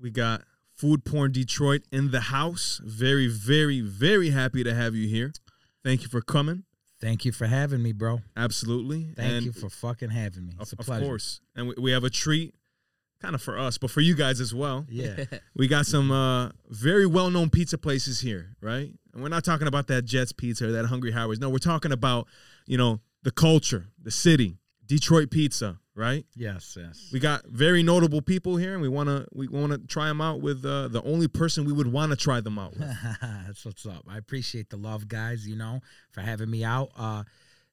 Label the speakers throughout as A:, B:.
A: We got Food Porn Detroit in the house. Very, very, very happy to have you here. Thank you for coming.
B: Thank you for having me, bro.
A: Absolutely.
B: Thank
A: and
B: you for fucking having me.
A: of,
B: It's a
A: of
B: pleasure.
A: course. And we, we have a treat, kind of for us, but for you guys as well.
B: Yeah.
A: We got some uh, very well known pizza places here, right? And we're not talking about that Jets pizza or that Hungry Howard's. No, we're talking about, you know, the culture, the city, Detroit pizza, right?
B: yes, yes.
A: We got very notable people here, and we wanna we wanna try them out with uh, the only person we would wanna try them out with.
B: That's what's up. I appreciate the love, guys, you know, for having me out. Uh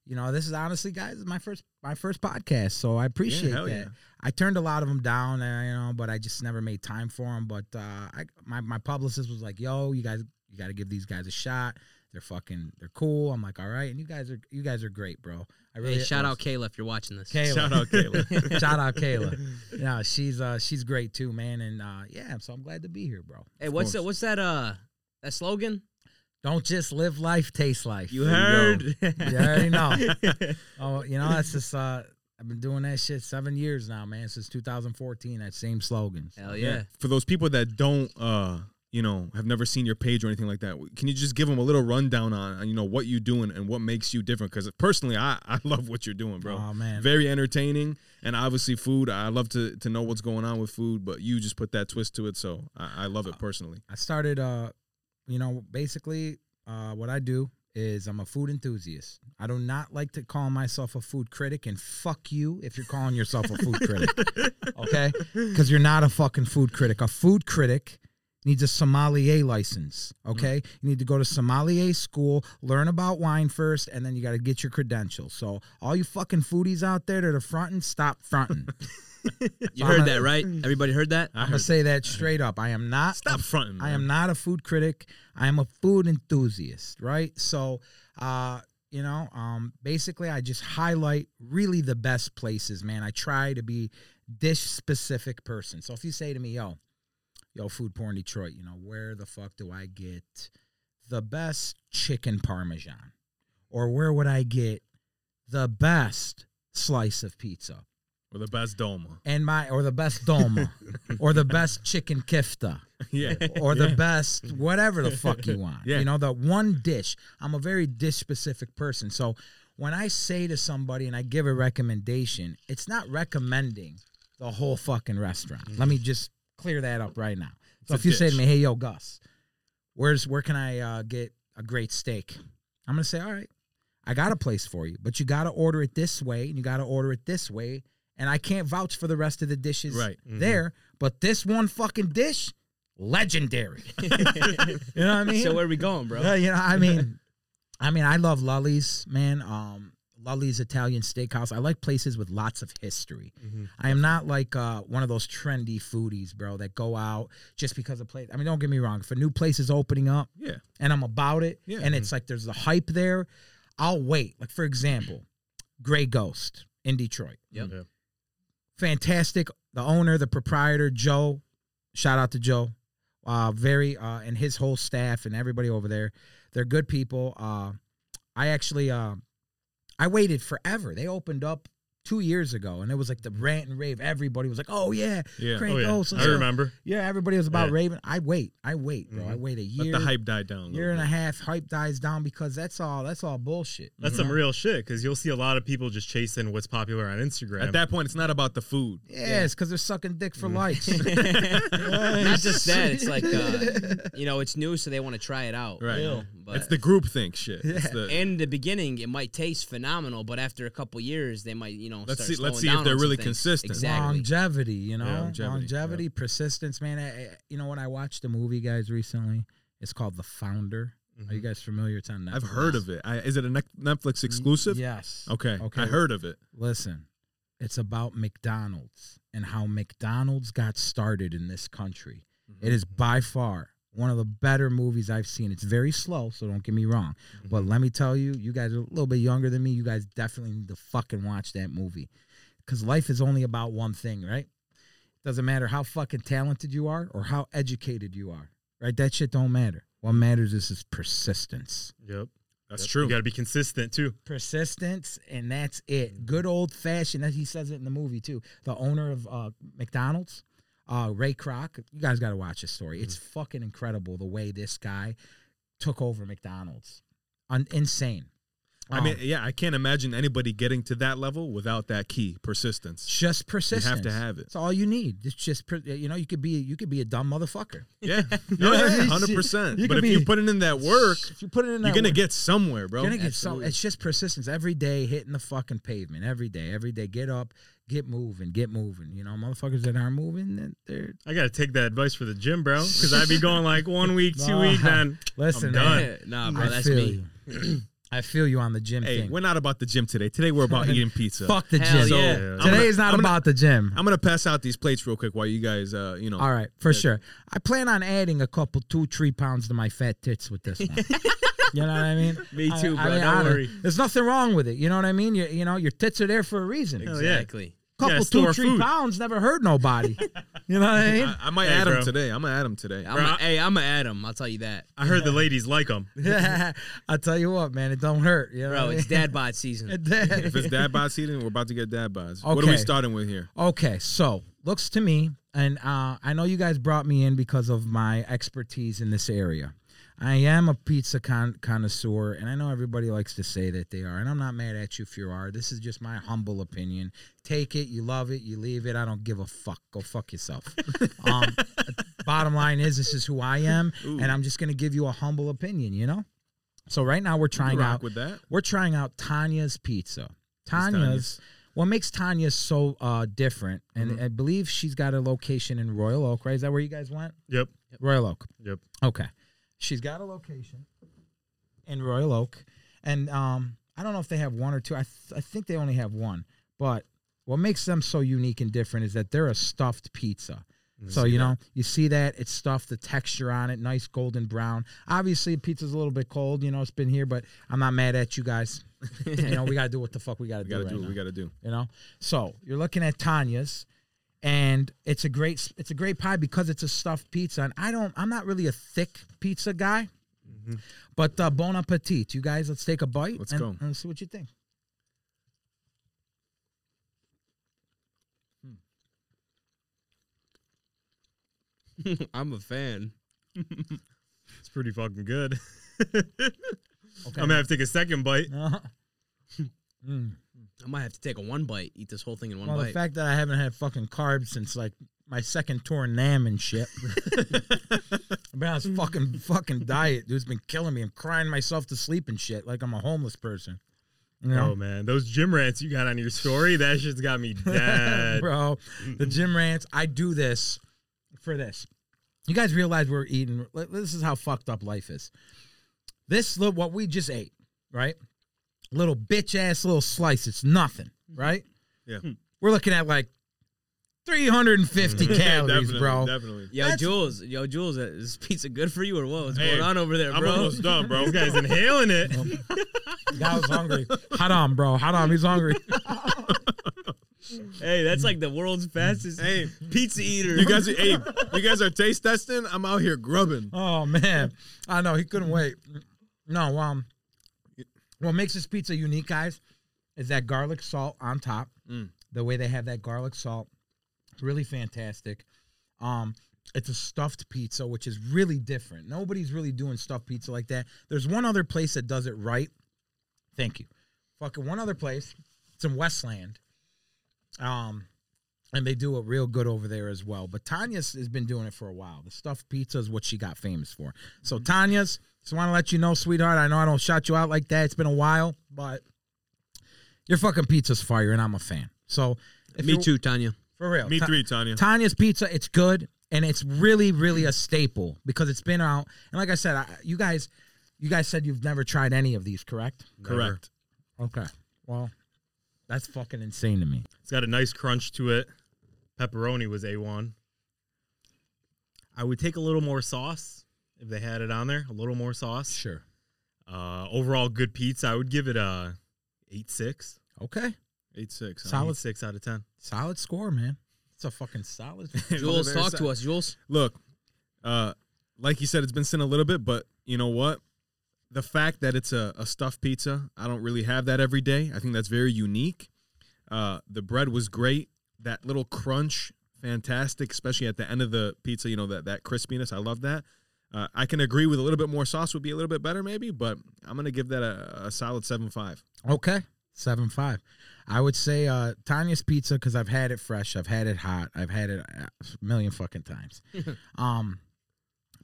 B: you know, this is honestly, guys, my first my first podcast, so I appreciate
A: hell
B: that.
A: yeah.
B: I turned a lot of them down, and you know, but I just never made time for them. But uh, I, my my publicist was like, "Yo, you guys, you got to give these guys a shot. They're fucking, they're cool." I'm like, "All right," and you guys are, you guys are great, bro. I really
C: Hey, shout out Kayla if you're watching this.
B: Kayla.
A: Shout out, Kayla.
B: shout out Kayla. Yeah, she's uh she's great too, man. And uh yeah, so I'm glad to be here, bro.
C: Hey, what's
A: course.
C: that? What's that? Uh, that slogan?
B: Don't just live life, taste life.
C: You
A: There
C: heard?
A: you
B: You already know. oh, you know, that's just uh I've been doing that shit seven years now, man, since 2014. That same slogan.
C: Hell yeah!
A: For those people that don't, uh, you know, have never seen your page or anything like that, can you just give them a little rundown on, you know, what you do and, and what makes you different? Because personally, I, I love what you're doing, bro.
B: Oh man.
A: Very entertaining, and obviously food. I love to to know what's going on with food, but you just put that twist to it, so I, I love
B: Oh,
A: it personally.
B: I started uh you know, basically uh what I do is I'm a food enthusiast. I do not like to call myself a food critic and fuck you if you're calling yourself a food critic. Okay? Cuz you're not a fucking food critic. A food critic needs a sommelier license, okay? You need to go to sommelier school, learn about wine first, and then you got to get your credentials. So, all you fucking foodies out there that are fronting, stop fronting.
C: You
B: I'm
C: heard
B: a-
C: that, right? Everybody heard that?
A: I
B: I'm going
A: heard
B: to say that straight up. I am not
A: Stop fronting.
B: I am not a food critic. I am a food enthusiast, right? So, uh, you know, um, basically, I just highlight really the best places, man. I try to be dish specific person. So if you say to me, yo, yo, food porn Detroit, you know, where the fuck do I get the best chicken parmesan? Or where would I get the best slice of pizza?
A: Or the best doma.
B: And my or the best doma or the best chicken kifta
A: Yeah.
B: or the
A: Yeah.
B: best whatever the fuck you want.
A: Yeah.
B: You know, the one dish. I'm a very dish specific person. So when I say to somebody and I give a recommendation, it's not recommending the whole fucking restaurant. Let me just clear that up right now. So
A: It's
B: if
A: a
B: you say to
A: dish.
B: me, "Hey yo Gus, where's where can I uh, get a great steak?" I'm going to say, "All right, I got a place for you, but you got to order it this way and you got to order it this way." And I can't vouch for the rest of the dishes
A: Right.
B: there, but this one fucking dish, legendary. You know what I mean?
C: so where we going, bro?
B: Yeah, you know, I mean, I mean, I love Lully's, man. Um, Lully's Italian Steakhouse. I like places with lots of history. I am not like uh, one of those trendy foodies, bro, that go out just because a place. I mean, don't get me wrong. If a new place is opening up,
A: Yeah.
B: and I'm about it,
A: Yeah. mm-hmm.
B: and it's like there's the hype there, I'll wait. Like for example, Gray Ghost in Detroit
C: Yep.
A: Yeah.
B: fantastic. The owner, the proprietor, Joe. Shout out to Joe. Uh, very uh, and his whole staff and everybody over there. They're good people. Uh, I actually uh, I waited forever. They opened up two years ago, and it was like the rant and rave. Everybody was like, "Oh yeah,
A: Yeah.
B: Crank
D: Oh, yeah.
B: Ghost,
D: I
B: let's go."
D: remember.
B: yeah." Everybody was about
D: Yeah.
B: raving. I wait. I wait, bro. I
D: Mhm.
B: wait a
A: Let
B: year.
A: the hype die down. a
B: Year and
A: little
B: a half, hype dies down because that's all. That's all bullshit.
D: That's
B: you know?
D: some real shit because you'll see a lot of people just chasing what's popular on Instagram.
A: bit. At that point, it's not about the food.
B: Yeah, it's because they're sucking dick for likes.
C: Not just that. It's like uh, you know, it's new, so they want to try it out.
A: Right.
C: You know? but
A: it's the group think shit. It's the-
C: in the beginning, it might taste phenomenal, but after a couple years, they might you know.
A: Let's
C: start
A: see- let's
C: slowing
A: see if
C: down
A: they're
C: on some
A: really
C: things.
A: consistent.
C: Exactly.
B: longevity you know longevity,
A: longevity,
B: persistence man I, I- you know when i watched a movie guys recently it's called the founder
D: Mm-hmm.
B: are you guys familiar it's on netflix
A: Mm-hmm. I've heard of it. I, is it a Nec- Netflix exclusive?
B: yes
A: Okay.
B: Okay.
A: I heard of it.
B: listen it's about mcdonald's and how mcdonald's got started in this country It is by far one of the better movies i've seen it's very slow so don't get me wrong but let me tell you you guys are a little bit younger than me you guys definitely need to fucking watch that movie because life is only about one thing right Doesn't matter how fucking talented you are or how educated you are, right? That shit don't matter. What matters is, is persistence.
D: Yep.
A: That's
D: Yep.
A: true.
D: You got to be consistent too.
B: Persistence, and that's it. Good old fashioned. That he says it in the movie too. The owner of uh, McDonald's, Uh, Ray Kroc, you guys got to watch this story. It's
A: Mm-hmm.
B: fucking incredible the way this guy took over McDonald's. Un- insane.
A: I
B: Um,
A: mean, yeah, I can't imagine anybody getting to that level without that key persistence.
B: just persistence.
A: have it.
B: It's all you need. It's just per- you know you could be you could be a dumb motherfucker.
A: Yeah, no,
B: Yeah,
A: hundred
B: you
A: percent. But
B: could
A: if you
B: be-
A: put it in that work,
B: If you put it in,
A: you're
B: that
A: gonna
B: work,
A: get somewhere, bro.
B: you're gonna get some.
C: Absolutely.
B: It's just persistence. Every day hitting the fucking pavement. Every day, every day. Get up, get moving, get moving. You know, motherfuckers that aren't moving, then they're
D: I gotta take that advice for the gym, bro, because I'd be going like one week, two week, then
B: listen.
D: done.
B: man,
C: nah, bro,
B: I
C: that's
B: feel
C: me.
B: you. I feel you on the gym
A: Hey,
B: thing.
A: we're not about the gym today. Today we're about eating pizza.
B: Fuck the
C: Hell
B: gym.
C: yeah.
A: I'm
B: Today
A: gonna-
B: is not
A: I'm gonna-
B: about the gym.
A: I'm gonna pass out these plates real quick while you guys, uh, you know.
B: All right, for sure. I plan on adding a couple, two, three pounds to my fat tits with this one. you know what I mean?
C: Me
B: I-
C: too,
B: I
C: bro.
B: mean,
C: Don't
B: I
D: worry.
B: There's nothing wrong with it. You know what I mean? You, you know, your tits are there for a reason.
D: Exactly.
B: A
D: Hell yeah.
C: Exactly.
B: couple,
D: Yeah,
B: two,
D: store
B: three
D: food.
B: pounds never hurt nobody. you know what I mean?
A: I, I might
D: Hey,
A: add 'em add
D: bro.
A: them today. I'm gonna add them today.
C: I'm
D: Bro,
C: a,
D: I-
C: hey, I'm a Adam. I'll tell you that,
D: I heard the ladies like them.
B: I tell you what, man, it don't hurt. You know
C: bro.
B: what I
C: It's
B: mean?
C: dad bod season.
A: if it's dad bods eating, we're about to get dad bods. What are
B: Okay.
A: we starting with here?
B: Okay, so looks to me, and uh, I know you guys brought me in because of my expertise in this area. I am a pizza con- connoisseur, and I know everybody likes to say that they are, and I'm not mad at you if you are. This is just my humble opinion. Take it, you love it, you leave it. I don't give a fuck. Go fuck yourself. um, bottom line is, this is who I am, and I'm just going to give you a humble opinion, you know? So right now we're
A: You
B: trying
A: rock
B: out
A: with that.
B: we're trying out Tanya's pizza.
A: Tanya's.
B: Tanya's. What makes Tanya so uh, different, and I believe she's got a location in Royal Oak, right? Is that where you guys went?
D: Yep.
B: Royal Oak.
D: Yep.
B: Okay. She's got a location in Royal Oak, and um, I don't know if they have one or two. I th- I think they only have one. But what makes them so unique and different is that they're a stuffed pizza.
A: Mm,
B: So you know, you see that it's stuffed, the texture on it, nice golden brown. Obviously, pizza's a little bit cold. You know, it's been here, but I'm not mad at you guys. you know, we gotta do what the fuck we gotta
A: We
B: do.
A: gotta
B: right
A: do. What
B: now
A: we gotta do.
B: you know so you're looking at tanya's and it's a great it's a great pie because it's a stuffed pizza and i don't i'm not really a thick pizza guy but uh, bon appetit you guys let's take a bite
A: Let's
B: and,
A: go.
B: and see what you think
C: I'm a fan.
D: It's pretty fucking good.
B: okay
D: I'm gonna have to take a second bite.
B: Uh-huh. Mm.
C: I might have to take a one bite, eat this whole thing in one
B: well the
C: bite.
B: fact that i haven't had fucking carbs since like my second tour nam and shit i've been on this fucking fucking diet dude's been killing me i'm crying myself to sleep and shit like i'm a homeless person you know?
D: Oh man, those gym rants you got on your story, that shit's got me dead.
B: bro.
A: Mm-hmm.
B: The gym rants. I do this for this. You guys realize we're eating. li- This is how fucked up life is. This li- what we just ate, right? Little bitch ass little slice. It's nothing, right?
A: Mm-hmm. Yeah.
B: We're looking at like 350 calories,
A: definitely,
B: bro.
A: Definitely.
C: yo,
B: that's-
C: Jules, yo, Jules, uh, is pizza good for you or what? What's
D: Hey,
C: going on over there,
D: I'm
C: bro?
D: almost done, bro. This guy's inhaling it.
B: I was hungry. Hot on, bro. Hot on. He's hungry.
C: Hey, that's like the world's fastest
A: Hey,
C: pizza eater.
A: you guys are hey, you guys are taste testing. I'm out here grubbing.
B: Oh man, I know he couldn't wait. No, um, what makes this pizza unique, guys, is that garlic salt on top.
A: Mm.
B: The way they have that garlic salt, it's really fantastic. Um, it's a stuffed pizza, which is really different. Nobody's really doing stuffed pizza like that. There's one other place that does it right. Thank you. Fucking one other place. It's in Westland. Um, and they do it real good over there as well. But Tanya's has been doing it for a while. The stuffed pizza is what she got famous for. So
A: Mm-hmm.
B: Tanya's, just want to let you know, sweetheart. I know I don't shout you out like that. It's been a while, but your fucking pizza's fire, and I'm a fan. So if
C: Me
B: you're-
C: too, Tanya.
B: for real.
A: Me
B: Ta-
A: three, Tanya.
B: Tanya's Pizza, it's good and it's really, really a staple because it's been out. And like I said, I, you guys, you guys said you've never tried any of these, correct?
A: Correct.
B: Okay. Well, that's fucking insane to me.
D: It's got a nice crunch to it. Pepperoni was A1. I would take a little more sauce if they had it on there. A little more sauce.
B: Sure.
D: Uh, overall, good pizza. I would give it a 8 6.
B: Okay.
A: Eight six. huh?
B: Solid.
D: Solid 6 out of 10.
B: Solid score, man. It's a fucking solid.
C: Jules, talk to us, Jules.
A: Look, uh, like you said, it's been sent a little bit, but you know what? The fact that it's a, a stuffed pizza, I don't really have that every day. I think that's very unique. Uh, the bread was great. That little crunch fantastic, especially at the end of the pizza. You know that that crispiness. I love that. Uh, I can agree with a little bit more sauce would be a little bit better, maybe, but I'm gonna give that a, a solid seven five.
B: Okay, seven five. I would say uh, Tanya's Pizza because I've had it fresh, I've had it hot, I've had it uh, a million fucking times. um,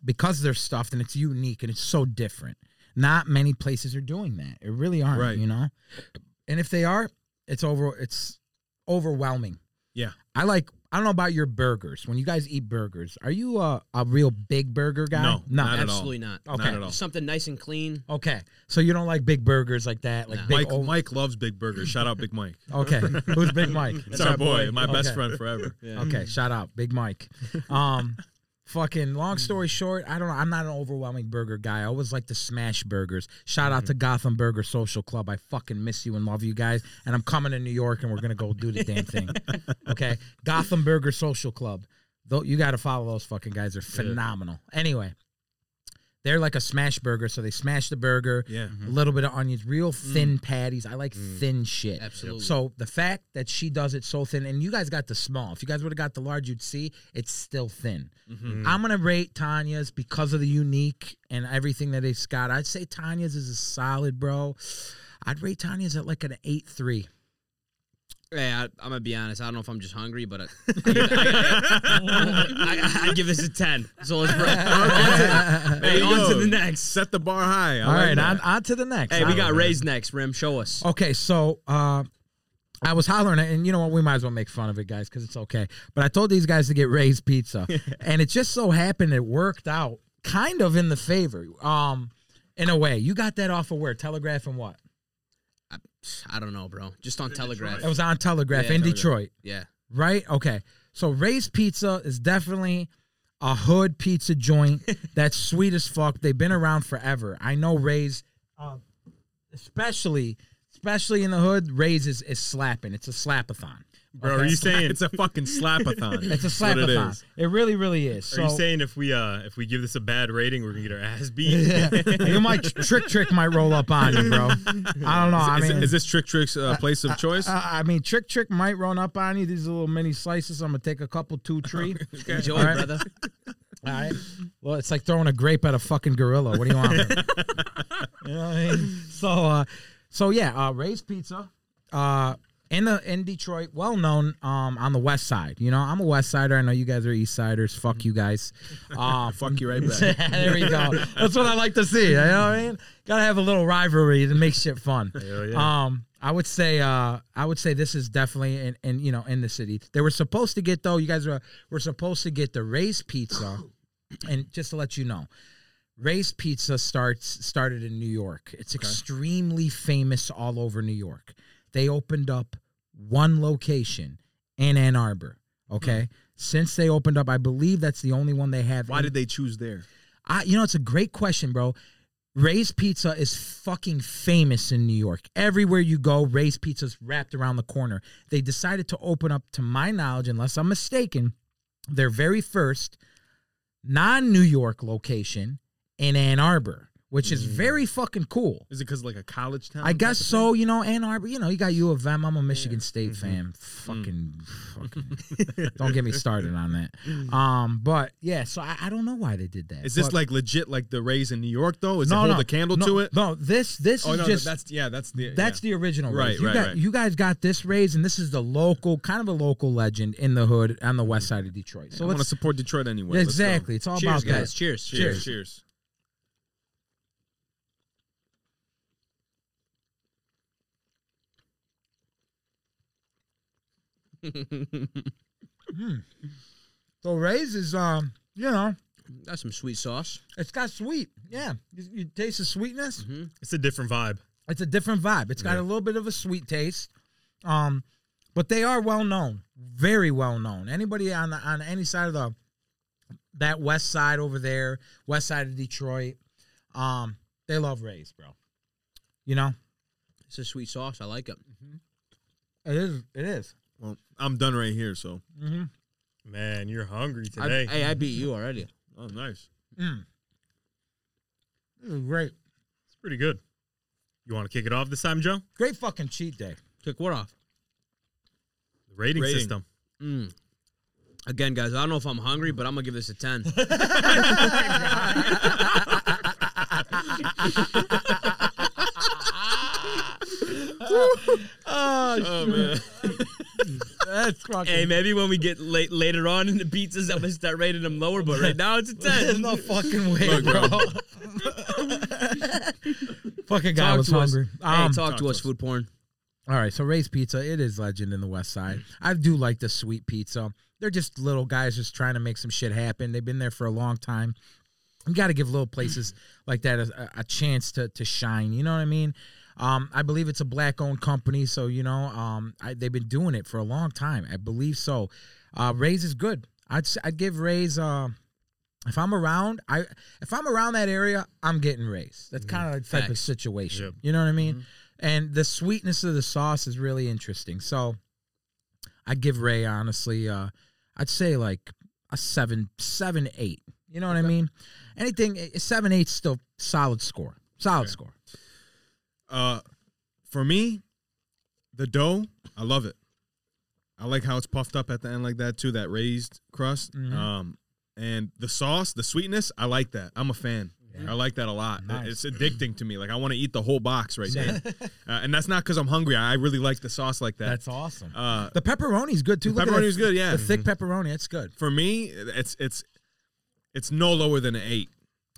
B: because they're stuffed and it's unique and it's so different. Not many places are doing that. It really aren't,
A: Right.
B: you know. And if they are, it's over. It's overwhelming.
A: Yeah.
B: I like. I don't know about your burgers. When you guys eat burgers, are you a, a real big burger guy?
A: No, not at all. Oh,
C: Absolutely not.
B: Okay.
A: Not at all.
C: Something nice and clean.
B: Okay, so you don't like big burgers like that, like
C: No.
B: big
A: Mike
B: old-
A: Mike loves Big Burger. Shout out Big Mike.
B: Okay, who's Big Mike?
A: It's our boy, my best
B: Okay.
A: friend forever.
C: Yeah.
B: Okay, shout out Big Mike. Um, fucking long story short, I don't know. I'm not an overwhelming burger guy. I always like to smash burgers. Shout out to
A: Mm-hmm.
B: Gotham Burger Social Club. I fucking miss you and love you guys. And I'm coming to New York, and we're gonna go do the damn thing. Okay, Gotham Burger Social Club. Though you got to follow those fucking guys. They're phenomenal. Anyway, they're like a smash burger. So they smash the burger.
A: Yeah.
B: A little bit of onions, real thin patties. I like thin shit.
C: Mm. Absolutely.
B: So the fact that she does it so thin, and you guys got the small. If you guys would have got the large, you'd see it's still thin.
A: Mm-hmm.
D: Hmm.
C: Mm.
B: I'm gonna rate Tanya's because of the unique and everything that it's got. I'd say Tanya's is a solid, bro. I'd rate Tanya's at like an eight three.
C: Yeah, I, I'm gonna be honest. I don't know if I'm just hungry, but I, I, I, I give this a ten. So let's bro,
A: There
C: hey,
A: you
C: on to
A: go.
C: the next.
A: Set the bar high. I
B: All
A: like
B: right,
A: that.
B: on, on to the next.
C: Hey, we
B: I-
C: got Ray's next. Rim, show us.
B: Okay, so uh, I was hollering, at- and you know what? We might as well make fun of it, guys, because it's okay. But I told these guys to get Ray's pizza, and it just so happened it worked out kind of in the favor. Um, in a way, you got that off of where Telegraph and what?
C: I, I don't know, bro. Just on Telegraph.
B: It was on Telegraph
C: Yeah,
B: in
C: Telegraph.
B: Detroit,
C: Yeah.
B: right? Okay, so Ray's Pizza is definitely. A hood pizza joint that's sweet as fuck. They've been around forever. I know Ray's um, especially especially in the hood, Ray's is, is slapping. It's a slapathon.
D: Bro, are you saying
A: it's a fucking slapathon.
B: It's a
A: That's what it
B: slapathon.
A: is.
B: It, really, really is.
D: are you
B: So-
D: saying if we uh if we give this a bad rating, we're gonna get our ass beat?
B: you might trick trick might roll up on you, bro. I don't know. I
A: Is,
B: mean,
A: is this Trick Trick's uh, place of choice?
B: uh, I mean, trick trick might run up on you. These are little mini slices. I'm gonna take a couple, two, three.
A: Oh,
C: Enjoy,
B: All right.
C: brother.
B: All right. Well, it's like throwing a grape at a fucking gorilla. What do you want? you know what I mean? So, uh, so yeah, uh, Ray's Pizza, uh, in the in Detroit, well known um, on the West Side. You know, I'm a West Sider. I know you guys are East Siders. Fuck you guys. Uh,
A: Ah, Fuck you right back.
B: there we go. That's what I like to see. You know what I mean? Gotta have a little rivalry to make shit fun.
D: Hell yeah.
B: Um, I would say, uh, I would say this is definitely in, in you know in the city. They were supposed to get though. You guys were were supposed to get the Ray's Pizza, and just to let you know, Ray's Pizza starts started in New York. It's extremely famous all over New York. They opened up one location in Ann Arbor. Okay, since they opened up, I believe that's the only one they have.
A: Why
B: in-
A: did they choose there?
B: I, you know, it's a great question, bro. Ray's Pizza is fucking famous in New York. Everywhere you go, Ray's Pizza's wrapped around the corner. They decided to open up, to my knowledge, unless I'm mistaken, their very first non New York location in Ann Arbor, which
A: Mm.
B: is very fucking cool.
A: Is it because like a college town?
B: I guess so. You know, Ann Arbor. You know, you got U of M. I'm a Michigan State
A: Mm-hmm.
B: fan.
A: Mm.
B: Fucking, fucking. don't get me started on that. Um, but yeah. So I, I don't know why they did that.
A: Mm. Is this
B: but-
A: like legit like the Rays in New York though? Is it hold the candle
B: no,
A: to it?
B: No, this this
A: Oh
B: is
A: no,
B: just that's
A: that's yeah, that's the
B: the original.
A: Right,
B: Rays. You
A: right,
B: got,
A: right.
B: You guys got this Rays, and this is the local, kind of a local legend in the hood on the west side of Detroit. So
A: Mm. I want to
B: let's
A: support Detroit anyway. Let's go.
B: exactly. It's all
C: Cheers,
B: about that.
C: guys. Cheers.
A: Cheers.
B: Cheers.
A: Cheers.
B: So Rays is um, you know,
C: That's some sweet sauce.
B: it's got sweet. Yeah, you, you taste the sweetness.
D: it's a different vibe.
B: It's a different vibe. It's got a little bit of a sweet taste. Um, but they are well known, very well known. Anybody on the on any side of the that west side over there, west side of Detroit, um, they love Rays, bro. You know,
C: It's a sweet sauce. I like it.
B: it is. It is.
A: Well, I'm done right here, so
D: Man, you're hungry
C: I,
D: today.
C: hey, I beat you already.
A: oh nice.
B: This is great.
D: it's pretty good. You want to kick it off this time, Joe?
B: Great fucking cheat day.
C: Took what off?
D: The rating,
A: Rating.
D: system.
C: Mm. Again, guys, I don't know if I'm hungry, but I'm gonna give this a ten.
B: oh,
D: man.
B: that's fucking.
C: hey, maybe when we get late later on in the pizzas, I'm gonna start rating them lower. But right now, it's a
B: There's
C: ten.
B: no fucking way,
A: Look,
B: bro.
A: bro.
B: fucking guy was
C: to us.
B: hungry.
C: hey,
B: Um,
C: talk,
A: talk
C: to
A: to
C: us,
A: us.
C: food porn.
B: All right, so Ray's Pizza, it is legend in the West Side. I do like the sweet pizza. They're just little guys just trying to make some shit happen. They've been there for a long time. You got to give little places like that a, a chance to to shine. You know what I mean? Um, I believe it's a black owned company, so you know um, I, they've been doing it for a long time. I believe so. Uh, Ray's is good. I'd s- I'd give Ray's. Uh, if I'm around, I if I'm around that area, I'm getting Ray's. That's kind of the type of
C: Facts.
B: situation.
D: Yep.
B: You know what I mean? And the sweetness of the sauce is really interesting. So I'd give Ray honestly. Uh, I'd say like a seven, seven, eight. You know what I mean? Anything eh, seven, eight's still solid score. Solid score.
A: Uh, for me, the dough, I love it. I like how it's puffed up at the end like that too, that raised crust.
B: Mhm.
D: Mm-hmm.
A: Um, and the sauce, the sweetness, I like that. I'm a fan. I like that a lot. It-
B: Nice.
A: It's addicting to me. Like I want to eat the whole box right there. Uh, and that's not because I'm hungry. I I really like the sauce like that.
B: awesome.
A: uh,
B: the pepperoni's good too.
A: the
B: Look at
A: pepperoni is
B: that-
A: good. Yeah.
B: The thick pepperoni, that's good.
A: For me, it's it's it's no lower than an eight.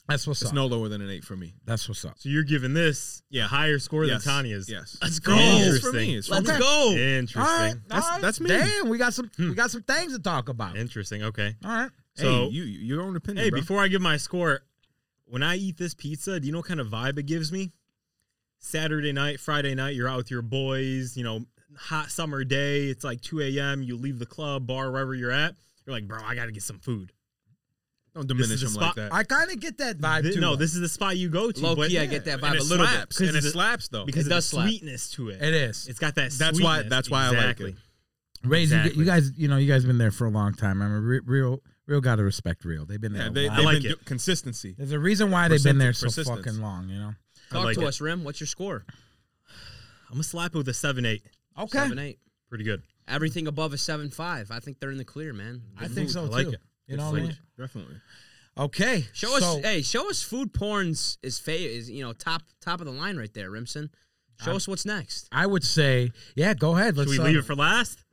B: That's what's
A: It's
B: up.
A: no lower than an eight for me.
B: that's what's up.
D: So you're giving this
A: Yeah.
D: a higher score
A: Yes.
D: than Tanya's.
A: Yes.
C: Let's
A: For me,
C: go.
A: it's for me. It's for
C: Let's
A: me.
C: go.
D: Interesting.
B: All right,
A: That's-
B: all right.
A: that's me.
B: Damn, we got some we got some things to talk about.
D: Interesting. Okay.
B: All right.
A: So
D: So-
A: you you- your own opinion.
D: Hey,
A: bro.
D: before I give my score, when I eat this pizza, do you know what kind of vibe it gives me? Saturday night, Friday night, you're out with your boys, you know, hot summer day. It's like 2 a.m. You leave the club, bar, wherever you're at. You're like, bro, I got to get some food.
A: don't
D: this
A: diminish
D: is a
A: him like
D: spot-
A: that.
B: I kind of get that vibe
D: Th-
B: too.
D: no,
B: though.
D: this is the spot you go to.
C: Low
D: but
C: key, I get that vibe
A: and
C: a
A: it
C: little bit.
A: slaps, and it
D: of the-
A: slaps though.
D: Because
C: It
D: of the
C: does slap.
D: sweetness to it.
B: it is.
D: It's got that
A: That's why-
D: sweetness.
A: that's why I like it.
D: exactly.
B: Raise, you- you,
D: Exactly.
B: guys, you know, you guys been there for a long time. I mean, re- real, real got to respect real. They've been there.
A: yeah,
B: a
A: they,
B: while.
A: they've
D: like
A: been
D: it.
A: do- consistency.
B: There's a reason why they've been there so
A: Persistence.
B: fucking long. You know.
C: Talk
D: like
C: to
D: it.
C: us, Rim. What's your score?
D: I'm going to slap it with a 7 8.
B: Okay.
C: Seven, eight.
D: Pretty good.
C: Everything above a seven five. I think they're in the clear, man.
B: I think so
D: I like
B: too.
D: it.
B: You know what I
D: like
B: mean?
D: it.
A: Definitely.
B: Okay.
C: Show us,
B: so-
C: hey, show us food porn's is fa- is you know top top of the line right there, Rimson. Show us what's next.
B: I would say, yeah. Go ahead.
D: Should
B: Let's
D: we
B: uh,
D: leave it for last?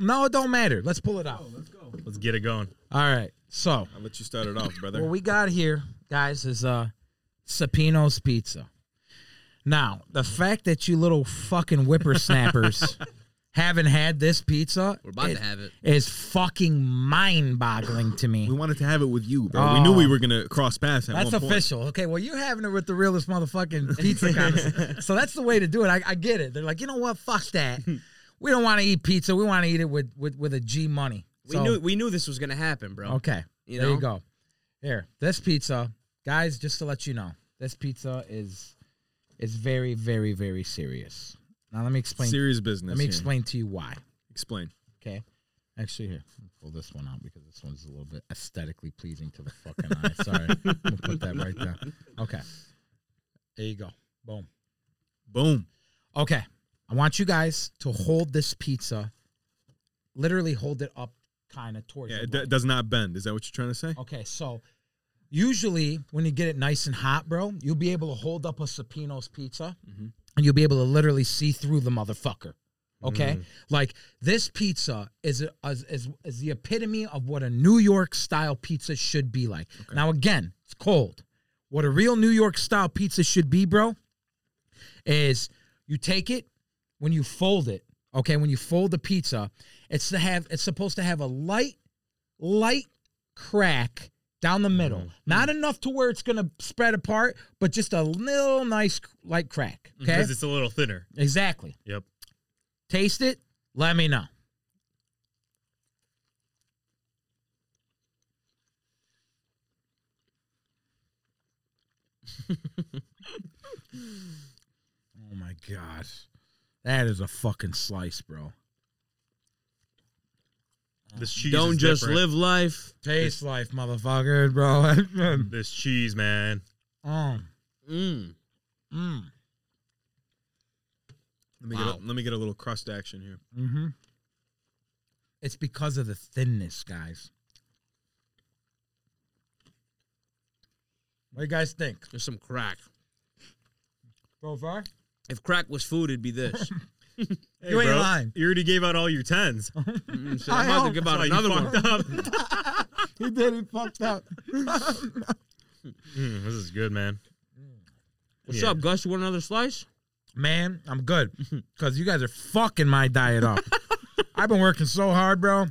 B: No, it don't matter. Let's pull it out.
D: Let's get it going.
B: All right. So
A: I'll let you start it off, brother.
B: what we got here, guys, is uh, Sapino's Pizza. Now, the fact that you little fucking whippersnappers haven't had this pizza,
C: We're about
B: it
C: to have it.
B: is fucking mind-boggling to me.
A: we wanted to have it with you, bro. we
B: Oh.
A: knew we were gonna cross paths at
B: That's
A: one point.
B: official. Okay, well, you're having it with the realest motherfucking pizza connoisseur. so that's the way to do it. I, I get it. They're like, you know what? Fuck that. We don't want to eat pizza. We want to eat it with with, with a G money.
C: We
B: So-
C: knew we knew this was gonna happen, bro.
B: Okay,
C: You
B: there you
C: know?
B: go. Here, this pizza, guys. Just to let you know, this pizza is is very, very, very serious. Now let me explain.
A: Serious business.
B: let me
A: here.
B: explain to you why.
A: Explain.
B: Okay. Actually, here, let me pull this one out because this one's a little bit aesthetically pleasing to the fucking eye. Sorry, I'm gonna put that right there. Okay. There you go. Boom.
A: Boom.
B: Okay. I want you guys to hold this pizza, literally hold it up, kind of towards.
A: Yeah,
B: the
A: it
B: light.
A: d- does not bend. Is that what you're trying to say?
B: Okay, so usually when you get it nice and hot, bro, you'll be able to hold up a Sapino's pizza
A: Mhm.
B: and you'll be able to literally see through the motherfucker. Okay, like this pizza is, a, is is is the epitome of what a New York style pizza should be like. Now again, it's cold. What a real New York style pizza should be, bro, is you take it when you fold it. Okay, when you fold the pizza, it's to have it's supposed to have a light, light crack down the middle.
D: Mm-hmm.
B: Not enough to where it's gonna spread apart, but just a little nice light crack. Okay,
D: Because it's a little thinner.
B: exactly.
D: Yep.
B: Taste it. Let me know. oh my gosh. That is a fucking slice, bro.
D: This cheese
C: Don't
D: is
C: just
D: different.
C: live life.
B: Taste life, motherfucker, bro.
D: This cheese, man.
B: mm,
C: Mm.
B: mm.
A: Let me get a,
C: Wow.
A: let me get a little crust action here.
B: Mm-hmm. It's because of the thinness, guys. What do you guys think?
C: There's some crack.
B: So far?
C: If crack was food, it'd be this.
D: Hey,
B: You ain't lying.
D: You already gave out all your tens.
C: Mm, so
B: I
C: I'm about to
B: hope-
C: give
D: That's
C: out
D: why you
C: another one.
D: fucked up.
B: He did. He fucked up.
D: Mm, this is good, man.
C: What's
D: Yeah.
C: up, Gus? You want another slice?
B: Man, I'm good because you guys are fucking my diet up. I've been working so hard, bro.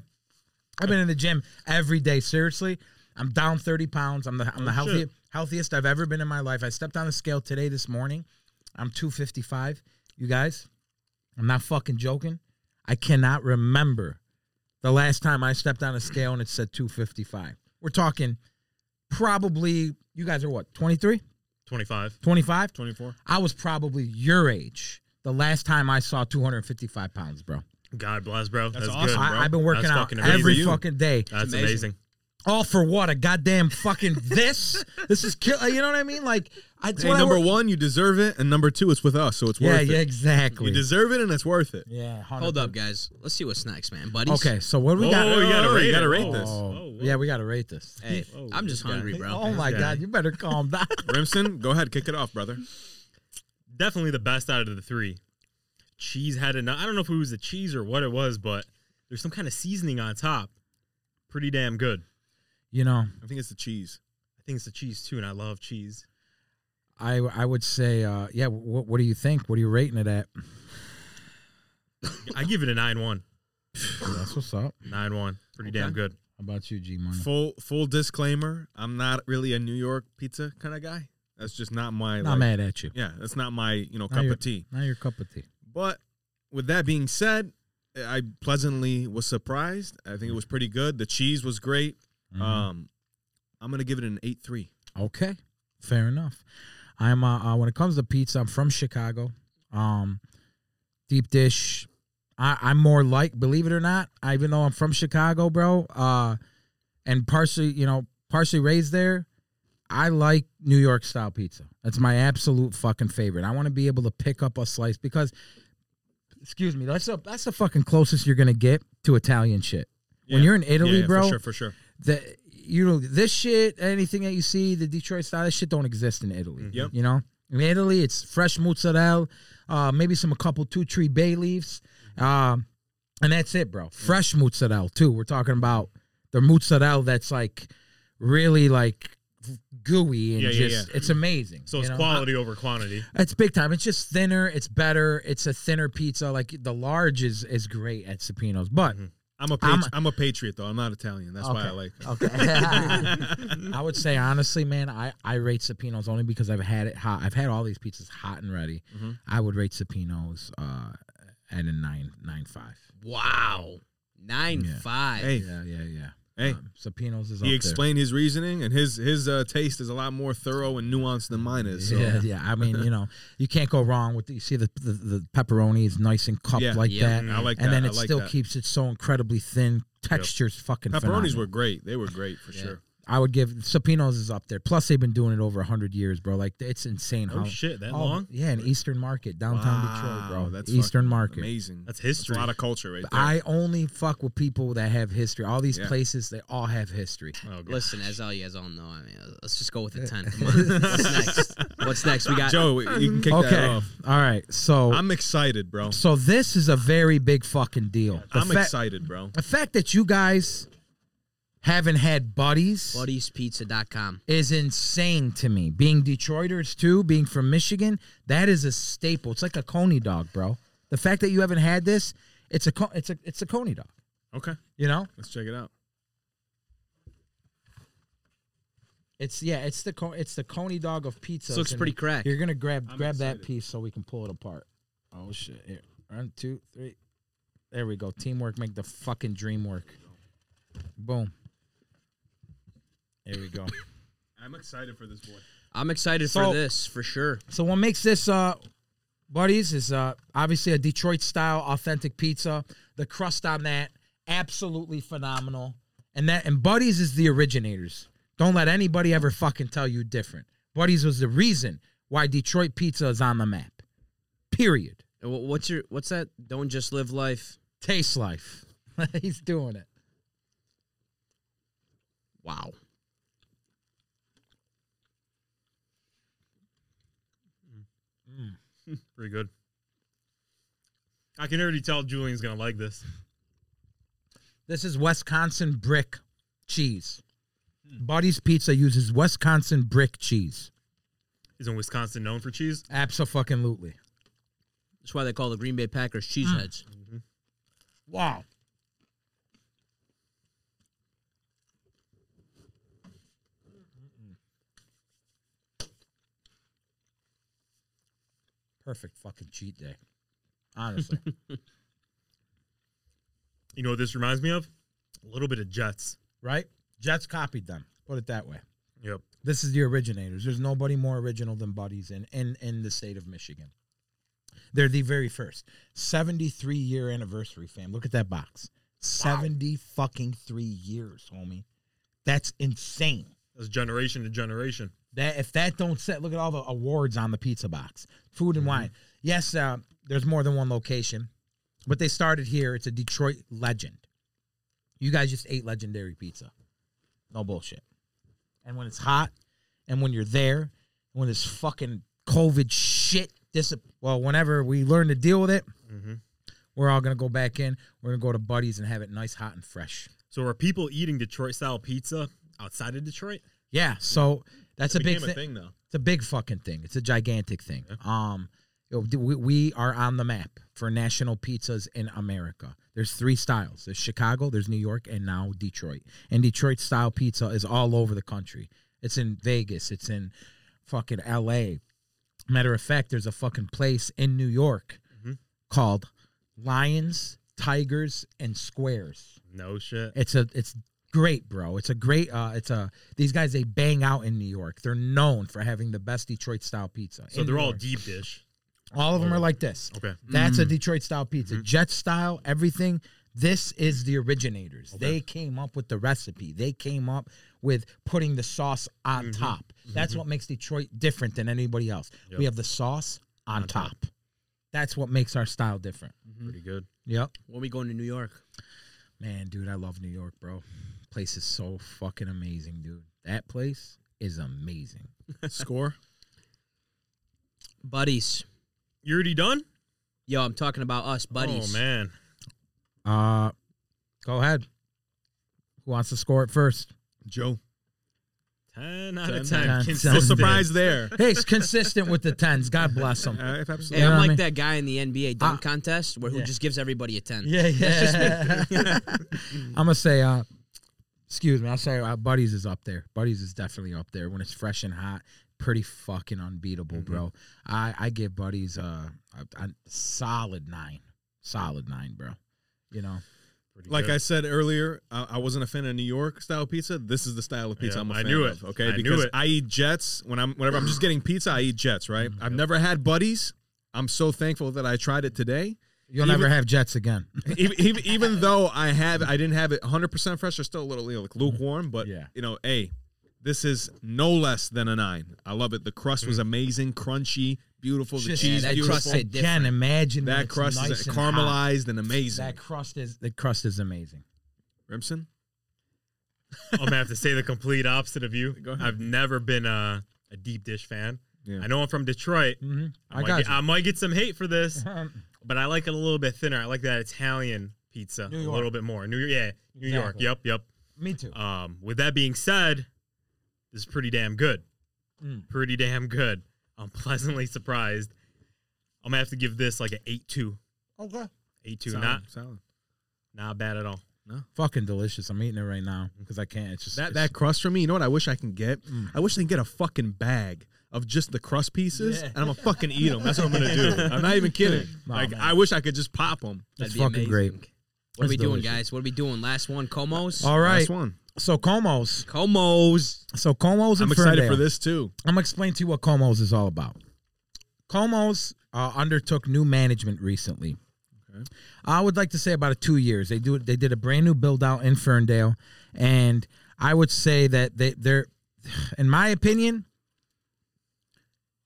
B: I've been in the gym every day. Seriously, I'm down 30 pounds. I'm the I'm the healthiest healthiest I've ever been in my life. I stepped on the scale today this morning. I'm 255. You guys, I'm not fucking joking. I cannot remember the last time I stepped on a scale and it said 255. We're talking probably you guys are what 23,
D: 25.
B: 25.
A: 24.
B: I was probably your age the last time I saw 255 pounds, bro.
D: God bless, bro. That's,
A: awesome,
D: good.
A: bro.
B: I, I've been working
D: That's
B: out
D: fucking amazing.
B: every
D: You.
B: fucking day.
D: That's
C: amazing.
D: amazing.
B: All for what? A goddamn fucking this? this is kill. You know what I mean? Like, I, it's
A: Hey,
B: what I
A: number
B: work-
A: one, you deserve it, and number two, it's with us, so it's
B: Yeah,
A: worth it.
B: yeah,
A: You
B: exactly.
A: deserve it, and it's worth it.
B: yeah. 100%.
C: Hold up, guys. Let's see what's next, man. Buddies.
B: Okay, so what do we
D: Oh,
B: got?
D: you gotta
A: Oh,
D: rate,
A: you gotta
D: it.
A: rate
D: Oh.
A: this.
D: Oh,
B: yeah, we gotta rate this.
C: Hey,
D: Whoa,
C: I'm just hungry, bro.
B: Oh my
D: guy.
B: god, you better calm down.
A: Remsen, go ahead, kick it off, brother.
D: Definitely the best out of the three. Cheese had enough. I don't know if it was the cheese or what it was, but there's some kind of seasoning on top. Pretty damn good.
B: you know,
A: I think it's the cheese.
D: I think it's the cheese too, and I love cheese.
B: I I would say, uh, yeah. What what do you think? What are you rating it at?
D: I give it a 9 1.
B: That's what's up.
D: 9 1. Pretty damn
C: Okay.
D: good.
B: How about you, G Money?
A: Full full disclaimer: I'm not really a New York pizza kind of guy. That's just not my.
B: Not
A: like-
B: mad at you.
A: Yeah, that's not my you know
B: Now
A: cup
B: you're-
A: of tea.
B: Not your cup of tea.
A: But with that being said, I pleasantly was surprised. I think it was pretty good. The cheese was great.
B: Mhm.
A: Um, I'm gonna give it an eight three.
B: Okay, fair enough. I'm uh, uh when it comes to pizza, I'm from Chicago. Um, deep dish. I, I'm more like, believe it or not, I, even though I'm from Chicago, bro, uh, and partially, you know, partially raised there, I like New York style pizza. That's my absolute fucking favorite. I want to be able to pick up a slice because, excuse me, that's the that's the fucking closest you're gonna get to Italian shit. When
A: Yeah.
B: you're in Italy, bro,
A: for sure, for sure.
B: that you know this shit anything that you see the detroit style this shit don't exist in italy
D: Mm-hmm.
A: Yep.
B: you know in italy it's fresh mozzarella uh maybe some a couple two tree bay leaves
D: Mm-hmm.
B: um and that's it bro fresh mozzarella too we're talking about the mozzarella that's like really like gooey and
D: Yeah, yeah,
B: just it's amazing
D: So
B: you
D: it's
B: know? Uh,
D: quality over quantity.
B: It's big time. It's just thinner. It's better. It's a thinner pizza. Like the large is is great at Sapino's, but
D: Mm-hmm.
A: I'm a
B: I'm
A: patri- I'm a patriot though. I'm not Italian. That's why I like. it.
B: Okay. I would say honestly, man, I, I rate Sapinos only because I've had it hot. I've had all these pizzas hot and ready.
A: Mhm.
B: I would rate Sapinos uh, at a nine nine five.
C: Wow. Nine
B: Yeah.
C: five.
A: Hey,
B: Yeah, yeah, yeah.
A: hey.
B: Um, Sapinos is up
A: he
B: there.
A: explained his reasoning, and his his uh, taste is a lot more thorough and nuanced than mine is. So.
B: Yeah, yeah. I mean, you know, you can't go wrong with the, you see the, the the pepperoni is nice and cupped
A: Yeah. Mm,
B: like
C: Yeah.
B: that,
A: I like that.
B: and then
A: I
B: it
A: like
B: still
A: that.
B: keeps it so incredibly thin. Textures fucking
A: Pepperonis
B: phenomenal.
A: were great. They were great for sure.
B: I would give Sapinos is up there. Plus, they've been doing it over hundred years, bro. Like it's insane
D: Oh,
B: how
D: shit. That
B: Oh,
D: long?
B: Yeah, in Eastern Market, downtown Detroit, bro.
A: Wow, that's
B: Eastern
A: fucking
B: Market.
A: Amazing.
D: That's history.
A: a lot of culture right there.
B: I only fuck with people that have history. All these
A: Yeah.
B: places, they all have history.
D: Oh, God.
C: Listen, as all you guys all know, I mean, uh, let's just go with the ten. Come on. What's next? What's next? We got
A: Joe, you can kick that
B: Okay, all
A: off.
B: right. So,
D: Oh.
A: I'm excited, bro.
B: so this is a very big fucking deal. The
A: I'm
B: fact-
A: excited, bro.
B: The fact that you guys haven't had buddies,
C: buddiespizza.com.
B: is insane to me. Being Detroiters too, being from Michigan, that is a staple. It's like a coney dog, bro. The fact that you haven't had this, it's a co- it's a it's a coney dog.
A: Okay,
B: You know,
A: let's check it out.
B: It's yeah, it's the co- it's the coney dog of pizza.
C: This looks pretty crack.
B: You're gonna grab
A: I'm
B: grab that
A: excited.
B: piece so we can pull it apart. Oh shit! Here, one, two, three. There we go. Teamwork make the fucking dream work. Boom. There we go.
A: I'm excited for this boy.
C: I'm excited
B: So-
C: for this for sure.
B: So what makes this uh buddies is uh obviously a Detroit style authentic pizza. The crust on that absolutely phenomenal. And that and buddies is the originators. Don't let anybody ever fucking tell you different. Buddies was the reason why Detroit pizza is on the map. Period.
C: And wh- What's your what's that? Don't just live life.
B: Taste life. He's doing it.
C: Wow.
D: Pretty good. I can already tell Julian's gonna like this.
B: This is Wisconsin brick cheese. Buddy's Pizza uses Wisconsin brick cheese.
D: Isn't Wisconsin known for cheese?
B: Absolutely.
C: That's why they call the Green Bay Packers
A: Hmm.
C: cheeseheads.
B: Wow. Perfect fucking cheat day. Honestly.
D: You know what this reminds me of? A little bit of Jets.
B: right? Jets copied them. Put it that way.
D: Yep.
B: This is the originators. There's nobody more original than Buddies in in, in the state of Michigan. They're the very first. 73 year anniversary, fam. Look at that box. 70 fucking 3 years, homie. That's insane.
D: That's generation to generation.
B: That if that don't set, look at all the awards on the pizza box. Food and
A: Mm-hmm.
B: wine. Yes, uh, there's more than one location, but they started here. It's a Detroit legend. You guys just ate legendary pizza. No bullshit. And when it's hot, and when you're there, when this fucking COVID shit dis well, whenever we learn to deal with it,
A: Mm-hmm.
D: Mhm.
B: we're all gonna go back in. We're gonna go to Buddy's and have it nice, hot, and fresh.
D: So are people eating Detroit style pizza outside of Detroit?
B: Yeah. So that's
A: It
B: a big
A: became
B: thing.
A: thing though.
B: It's a big fucking thing. It's a gigantic thing. Um, you know, we, we are on the map for national pizzas in America. There's three styles. There's Chicago, there's New York, and now Detroit. And Detroit style pizza is all over the country. It's in Vegas. It's in fucking L.A. Matter of fact, there's a fucking place in New York
D: Mhm.
B: called Lions, Tigers, and Squares.
D: No shit.
B: It's a it's great, bro. It's a great uh it's a these guys they bang out in New York. They're known for having the best Detroit style pizza.
D: So
B: in
D: they're
B: New
D: all Mm-hmm.
B: York.
D: deep dish.
B: all of them are like this.
D: Okay.
B: That's a Detroit style
D: Mm-hmm.
B: pizza. Jet style, everything. This is the originators. They came up with the recipe. They came up with putting the sauce on
D: Mm-hmm.
B: top. That's what makes Detroit different than anybody else.
D: Yep.
B: We have the sauce on, top. That's what makes our style different.
D: Pretty good.
B: Yep.
C: When we going to New York?
B: Man, dude, I love New York, bro. Place is so fucking amazing, dude. That place is amazing.
A: Score.
C: Buddies.
D: You already done?
C: Yo, I'm talking about us, buddies.
D: Oh man.
B: Uh go ahead. Who wants to score it first?
A: Joe.
D: Ten out of
B: Ten.
D: ten.
B: Ten.
A: No
D: Consistent.
A: surprise there.
B: Hey, it's consistent with the tens. God bless them.
A: Uh, if absolutely.
C: Hey,
B: You know what
C: I'm
B: I
C: like
B: mean? Ah.
C: that guy in the NBA dunk contest where who
B: Yeah.
C: just gives everybody a 10.
B: Yeah, yeah. I'm gonna say, uh, excuse me. I'll say, uh, Buddies is up there. Buddies is definitely up there when it's fresh and hot. Pretty fucking unbeatable, bro. I I give Buddies uh, a, a solid nine, solid nine, bro. You know,
D: Pretty
A: Like
D: good.
A: I said earlier, I, I wasn't a fan of New York style pizza. This is the style of pizza
D: Yeah,
A: I'm a
D: I
A: fan
D: knew it.
A: of. Okay,
D: I knew
A: because
D: it.
A: I eat Jets when I'm whenever I'm just getting pizza. I eat Jets. Right.
D: Mm-hmm.
A: I've never had buddies. I'm so thankful that I tried it today.
B: you'll
A: Even-
B: never have Jets again.
A: even, even, even though I have, I didn't have it 100 percent fresh. It's still a little you know, like lukewarm, but
B: Yeah.
A: you know, hey, this is no less than a nine. I love it. The crust was amazing, crunchy, beautiful. The
B: Just-
A: cheese,
C: Yeah, that
A: beautiful.
C: crust hit
B: Again, imagine when
A: that
B: it's
A: crust
B: nice
A: is
B: and hot.
A: caramelized and amazing.
B: That crust is the crust is amazing.
A: Remsen,
D: I'm gonna have to say the complete opposite of you.
A: Go ahead.
D: I've never been a, a deep dish fan.
A: Yeah.
D: I know I'm from Detroit.
B: Mm-hmm.
D: I,
B: I
D: might
B: got
D: get, I might get some hate for this,
B: you.
D: but I like it a little bit thinner. I like that Italian pizza
B: New
D: a
B: York.
D: little bit more. New York, yeah, New York.
B: Exactly.
D: Yep, yep.
B: Me too.
D: Um, with that being said, this is pretty damn good.
B: Mm.
D: Pretty damn good. I'm pleasantly surprised. I'm gonna have to give this like an eight two.
B: Okay.
D: Eight two.
A: Solid,
D: Not
A: solid.
D: not bad at all.
B: Fucking delicious. I'm eating it right now because I can't. It's just
A: That
B: it's-
A: that crust for me, you know what I wish I can get? I wish they can get a fucking bag of just the crust pieces,
B: Yeah.
A: and I'm gonna fucking eat them. That's what I'm gonna do. I'm not even kidding.
B: Nah,
A: like
B: man.
A: I wish I could just pop them.
B: That's
C: be
B: fucking great.
C: What are
B: That's
C: we doing,
B: delicious. Ah.
C: guys? What are we doing? Last one, Comos.
B: All right.
A: Last one.
B: So Como's.
C: Comos.
B: So Como's. in
A: I'm excited
B: Ferndale.
A: for this too.
B: I'm gonna explain to you what Como's is all about. Como's uh, undertook new management recently. I would like to say about a two years. They do they did a brand new build out in Ferndale, and I would say that they they're, in my opinion,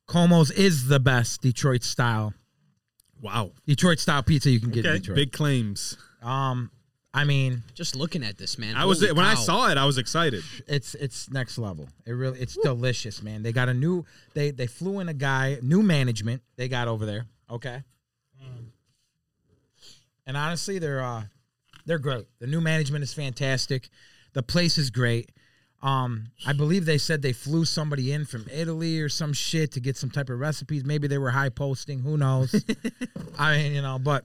B: Como's is the best Detroit style
A: Wow,
B: Detroit style pizza you can get in
D: Okay,
B: Detroit.
A: big claims.
B: Um, I mean,
C: Just looking at this, man.
A: I was
C: holy
A: when I
C: cow.
A: saw it, I was excited.
B: it's it's next level. It really it's delicious, man. They got a new they they flew in a guy, new management they got over there. Okay. And honestly, they're uh they're great. The new management is fantastic. The place is great. Um, I believe they said they flew somebody in from Italy or some shit to get some type of recipes. Maybe they were high posting. Who knows? I mean, you know, but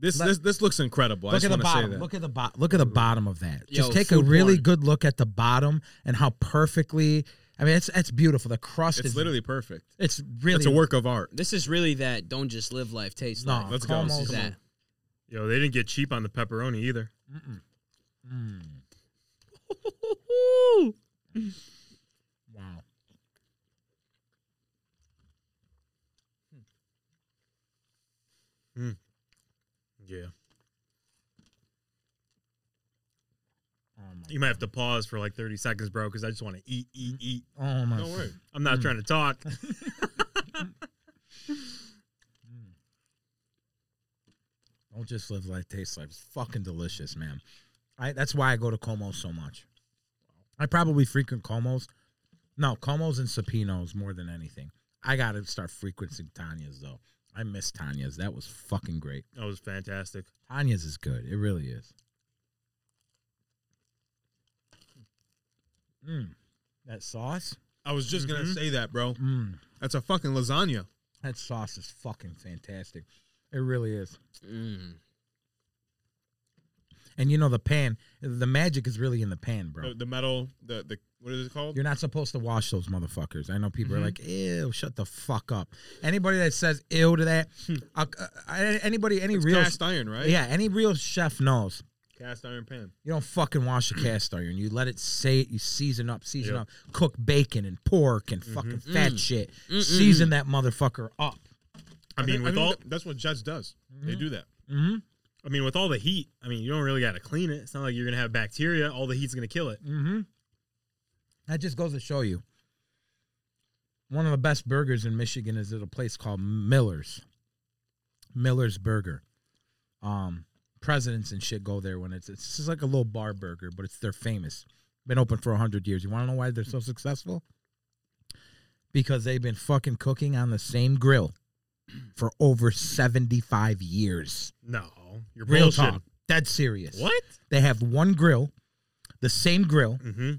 A: This
B: Let-
A: this this looks incredible. I
B: look
A: just
B: at the
A: want to say
B: bottom.
A: that.
B: Look at the bottom. Look at the bottom of that.
C: Yo,
B: Just take a
C: food
B: really
C: porn.
B: good look at the bottom and how perfectly. I mean, it's it's beautiful. The crust
A: it's
B: is
A: literally perfect.
B: It's really.
A: It's a work of art.
C: This is really that. Don't just live life, taste
B: No,
C: life.
A: let's go.
C: This
B: Como-
C: is that.
D: Yo, they didn't get cheap on the pepperoni either.
B: Wow.
D: Yeah.
B: Oh
D: You might have to pause for like 30 seconds, bro, because I just want to eat, eat, eat.
B: my. Oh my.
A: Don't worry.
D: I'm not trying to talk.
B: Don't just live like taste life. It's fucking delicious, man. I that's why I go to Como's so much. I probably frequent Como's. No, Como's and Sapinos more than anything. I gotta start frequenting Tanya's though. I miss Tanya's. That was fucking great.
D: That was fantastic.
B: Tanya's is good. It really is. Mm. That sauce?
A: I was just gonna
D: Mhm.
A: say that, bro.
B: Mm-hmm. Mm.
A: That's a fucking lasagna.
B: That sauce is fucking fantastic. It really is.
C: Mm.
B: And you know the pan, the magic is really in the pan, bro.
A: The, the metal. The the what is it called?
B: You're not supposed to wash those motherfuckers. I know people
A: Mm-hmm.
B: are like, "Ew, shut the fuck up." Anybody that says "ew" to that, uh, uh, anybody, any
A: Hmm. It's
B: real,
A: cast iron, right?
B: yeah, any real chef knows.
A: Cast iron pan.
B: You don't fucking wash a cast iron. You let it say it. You season up, season
D: Yep.
B: up. Cook bacon and pork and fucking fat
C: Mm.
B: shit.
C: Mm-mm.
B: Season that motherfucker up.
D: I mean,
A: think-
D: with
A: think
D: all,
A: that- that's what Jets does. They do that.
B: hmm
D: I mean, with all the heat, I mean, you don't really got to clean it. It's not like you're gonna have bacteria. All the heat's gonna kill it.
B: hmm That just goes to show you. One of the best burgers in Michigan is at a place called Miller's. Miller's Burger. Um, presidents and shit go there when it's it's just like a little bar burger, but it's they're famous. Been open for hundred years. You want to know why they're so successful? Because they've been fucking cooking on the same grill for over seventy five years.
D: No, you're
B: Real
D: bullshit.
B: talk, dead serious.
D: What?
B: They have one grill, the same grill,
D: Mm-hmm.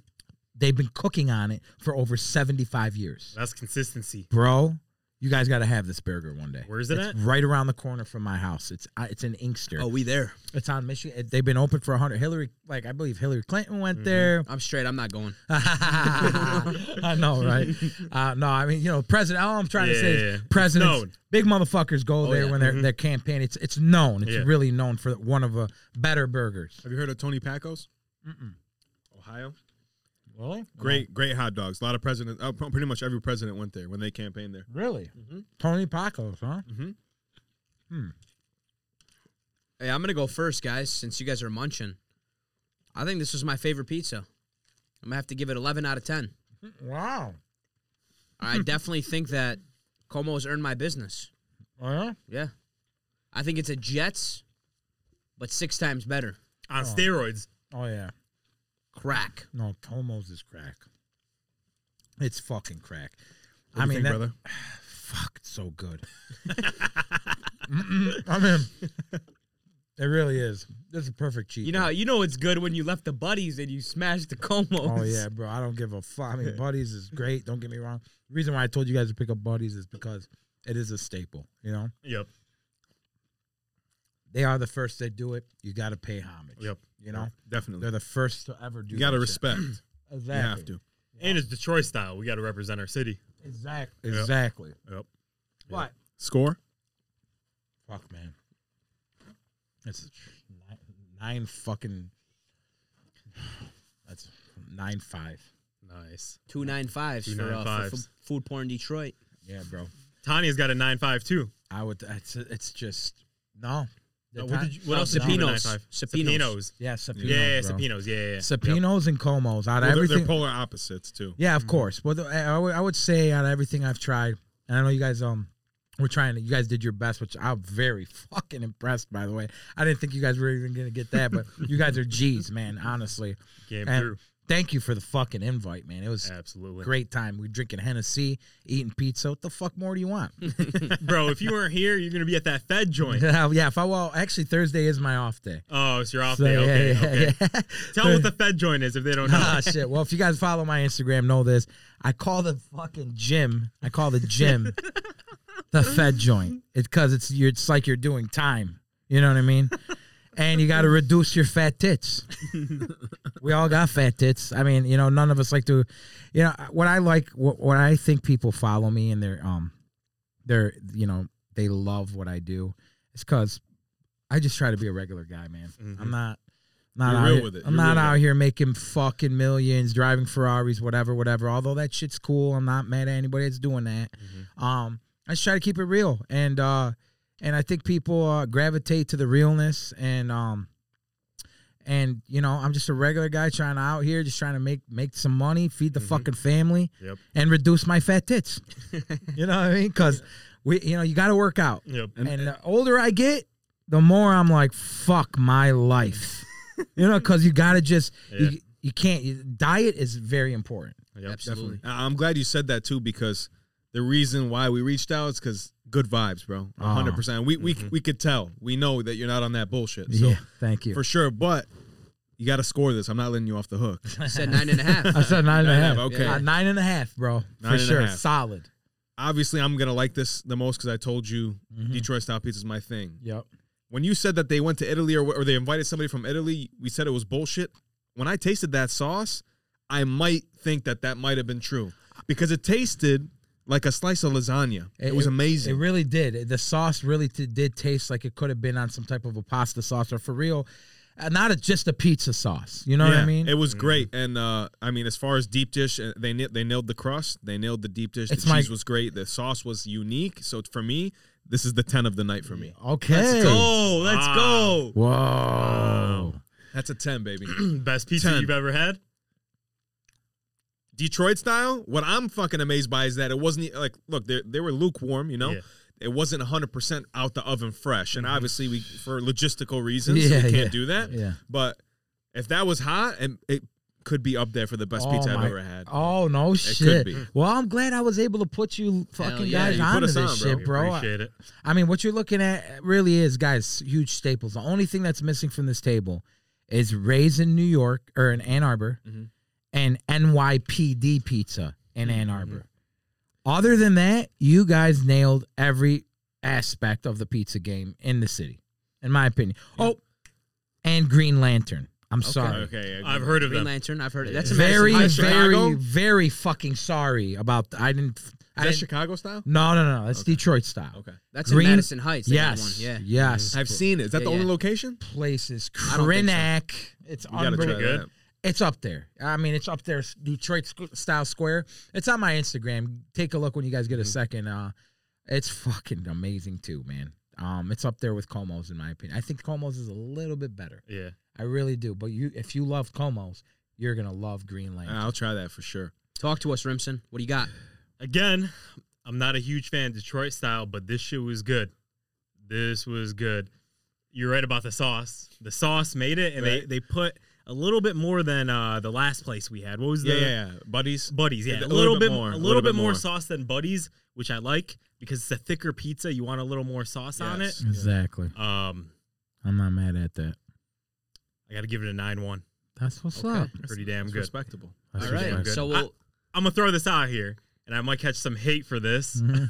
B: They've been cooking on it for over 75 years.
D: That's consistency.
B: Bro, you guys got to have this burger one day.
D: Where's it
B: It's
D: at?
B: right around the corner from my house. It's uh, it's in Inkster.
C: Oh, we there.
B: It's on Michigan. They've been open for 100. Hillary, like I believe Hillary Clinton
D: Mm-hmm.
B: went there.
C: I'm straight. I'm not going.
B: I know, right? Uh, no, I mean, you know, president. All I'm trying to say
D: Yeah.
B: is
D: It's known. Oh, Mm-hmm.
B: presidents, big motherfuckers go there
C: yeah.
B: when they're they're campaigning. It's it's known. It's
D: Yeah.
B: really known for one of the better burgers.
A: Have you heard of Tony Pacos? Mm-mm. Ohio.
B: Really?
A: Great, great hot dogs. A lot of presidents. Uh, pretty much every president went there when they campaigned there.
B: Really? Tony Pacos, huh?
C: Hey, I'm gonna go first, guys, since you guys are munching. I think this was my favorite pizza. I'm gonna have to give it 11 out of 10.
D: Mm-hmm.
B: Wow.
C: I definitely think that Como's earned my business.
B: Huh?
C: Yeah, I think it's a Jets, but six times better.
D: On steroids.
B: Oh yeah.
C: Crack.
B: No, Tomo's is crack. It's fucking crack.
A: What do
B: I
A: you
B: mean,
A: think,
B: that,
A: brother.
B: fuck, it's so good. Mm-mm, I mean, it really is. This is a perfect cheat.
C: You know how
B: meal.
C: you know it's good when you left the buddies and you smashed the Comos.
B: Oh yeah, bro. I don't give a fuck. I mean, Buddies is great. Don't get me wrong. The reason why I told you guys to pick up Buddies is because it is a staple. You know,
D: Yep.
B: they are the first that do it. You got to pay homage.
D: Yep.
B: You know,
A: Definitely.
B: they're the first to ever do.
A: You got to
B: that shit.
A: respect. You
B: Exactly.
A: have to.
D: And it's Detroit style. We got to represent our city.
B: Exactly.
D: Yep.
B: Exactly.
D: Yep.
B: But
A: Score.
B: Fuck, man. That's nine, nine fucking. That's nine five.
D: Nice.
C: Two nine fives for, uh, for
D: $2.95s.
C: f- food porn Detroit.
B: Yeah, bro.
D: Tanya's got a nine five too.
B: I would. It's it's just no.
D: No,
B: They're
D: what
B: ti-
D: did you, what else?
C: Sapinos.
D: did you have a 9.5?
C: Sapinos.
D: Sapinos.
B: yeah, Sapinos.
D: Yeah, yeah,
B: bro.
D: Sapinos. Yeah, yeah. yeah. Yep.
B: Sapinos and Comos out of
A: Well, they're,
B: everything.
A: they're polar opposites too.
D: Mm-hmm.
B: yeah, of course. But the- I I would I would say out of everything I've tried, and I know you guys um We're trying to. You guys did your best, which I'm very fucking impressed. By the way, I didn't think you guys were even gonna get that, but you guys are G's, man. Honestly,
D: Came
B: And
D: through.
B: thank you for the fucking invite, man. It was
D: Absolutely.
B: great time. We drinking Hennessy, eating pizza. What the fuck more do you want?
D: Bro, if you weren't here, you're going to be at that Fed joint.
B: yeah, if I well, actually Thursday is my off day.
D: Oh, it's your off
B: So,
D: day.
B: yeah,
D: Okay.
B: yeah,
D: okay.
B: yeah.
D: Tell them what the Fed joint is if they don't know.
B: ah, shit. Well, if you guys follow my Instagram, know this. I call the fucking gym. I call the gym the Fed joint. It's because it's you're, it's like you're doing time. You know what I mean? And you got to reduce your fat tits. we all got fat tits. I mean, you know, none of us like to. You know, what I like, what, what I think people follow me and they're um, they're you know they love what I do. It's because I just try to be a regular guy, man.
D: Mm-hmm.
B: I'm not. Not
A: You're
B: out
A: real
B: here-
A: with it.
B: I'm
A: You're
B: not
A: real
B: out
A: with it.
B: here making fucking millions, driving Ferraris, whatever, whatever. Although that shit's cool, I'm not mad at anybody that's doing that.
A: Mm-hmm.
B: Um, I just try to keep it real, and uh, and I think people uh, gravitate to the realness, and um, and you know, I'm just a regular guy trying to out here, just trying to make make some money,
A: Mm-hmm.
B: feed the fucking family,
D: Yep.
B: and reduce my fat tits. you know what I mean? Because we, you know, you got to work out.
D: Yep.
B: And,
A: uh,
B: the older I get, the more I'm like, fuck my life. you know, because you gotta just
D: Yeah.
B: you, you can't. You, diet is very important.
D: Yep.
C: Absolutely.
A: I- I'm glad you said that too because the reason why we reached out is because good vibes, bro.
B: Ah.
A: 100. percent We we we could tell. We know that you're not on that bullshit. So
B: yeah, thank you.
A: for sure. But you got to score this. I'm not letting you off the hook.
C: I said nine and a half.
B: I said nine
A: Nine
B: and a
A: and a
B: half.
A: half, okay.
B: Uh, nine and a half, bro.
A: Nine
B: for
A: and a
B: sure,
A: half.
B: solid.
A: Obviously, I'm gonna like this the most because I told you
B: Mhm.
A: Detroit style pizza is my thing.
B: Yep.
A: When you said that they went to Italy or, or they invited somebody from Italy, we said it was bullshit. When I tasted that sauce, I might think that that might have been true because it tasted like a slice of lasagna. It, was amazing.
B: It really did. The sauce really t- did taste like it could have been on some type of a pasta sauce or for real, uh, not a, just a pizza sauce. You know what I
A: Yeah,
B: mean?
A: It was
D: Mm-hmm.
A: great, and uh, I mean, as far as deep dish, uh, they ni- they nailed the crust, they nailed the deep dish. The
B: It's
A: cheese
B: my-
A: was great. The sauce was unique. So for me, this is the ten of the night for me.
B: okay.
D: Let's go. Let's
A: Ah.
D: go.
B: Whoa.
A: That's a ten, baby.
D: Best pizza
A: Ten.
D: you've ever had?
A: Detroit style. What I'm fucking amazed by is that it wasn't e- like look, they they were lukewarm, you know.
D: Yeah. Mm-hmm.
A: It wasn't 100% out the oven fresh, and obviously we for logistical reasons
B: Yeah,
A: we can't
B: yeah.
A: do that.
B: Yeah.
A: But if that was hot, and it could be up there for the best
B: Oh
A: pizza I've
B: my-
A: ever had.
B: Oh no
A: could
B: shit!
A: be.
B: Well, I'm glad I was able to put you fucking
C: yeah,
B: guys
A: you put
B: onto
A: us
B: this
A: on, bro.
B: shit,
D: We
B: bro. I,
D: Appreciate it.
B: mean, what you're looking at really is, guys, huge staples. The only thing that's missing from this table is Ray's in New York or in Ann Arbor,
A: Mhm.
B: and NYPD pizza in
A: Mm-hmm.
B: Ann Arbor. Other than that, you guys nailed every aspect of the pizza game in the city, in my opinion. Oh, and Green Lantern. I'm sorry.
A: Okay,
D: I've heard of
C: Green
D: them.
C: Lantern. I've heard it. That's a
B: Very,
C: Madison High School.
A: Chicago?
B: very, very fucking sorry about. th- I didn't. I
A: Is that
B: didn't-
A: Chicago style?
B: no, no, no. That's
A: Okay.
B: Detroit style.
A: Okay.
C: That's
B: Green-
C: in Madison Heights. they got
B: Yes.
C: One. Yeah.
B: Yes.
A: I've seen it. Is that
C: Yeah,
A: the
C: yeah.
A: only location?
B: places.
C: I don't think so.
B: Krenak. It's
A: You gotta
B: unbelievable.
A: try
D: good.
A: that.
B: It's up there. I mean, it's up there. s- Detroit squ- style square. It's on my Instagram. Take a look when you guys
A: Mm-hmm.
B: get a second. Uh, it's fucking amazing too, man. Um, it's up there with Como's in my opinion. I think Como's is a little bit better.
D: Yeah.
B: I really do. But you, if you love Como's, you're gonna love Greenland.
A: I'll try that for sure.
C: Talk to us, Rimson. What do you got?
D: Again, I'm not a huge fan of Detroit style, but this shit was good. This was good. You're right about the sauce. The sauce made it, and
A: Right.
D: they, they put a little bit more than uh, the last place we had. What was
A: Yeah,
D: the
A: yeah, yeah. Buddies.
D: buddies?
A: A
D: Yeah, a
A: little
D: little,
A: bit
D: bit
A: more,
D: A little bit more sauce than buddies, which I like because it's a thicker pizza. You want a little more sauce on it.
A: Yes.
B: Exactly.
D: Um,
B: I'm not mad at that.
D: I got to give it a nine one.
B: That's what's
A: Okay.
B: up.
D: Pretty damn
A: It's
D: good.
A: Respectable.
B: That's
C: All
B: what's
C: right.
B: up.
D: good.
C: So
D: I-
C: we'll.
D: I'm gonna throw this out here, and I might catch some hate for this.
B: Mhm,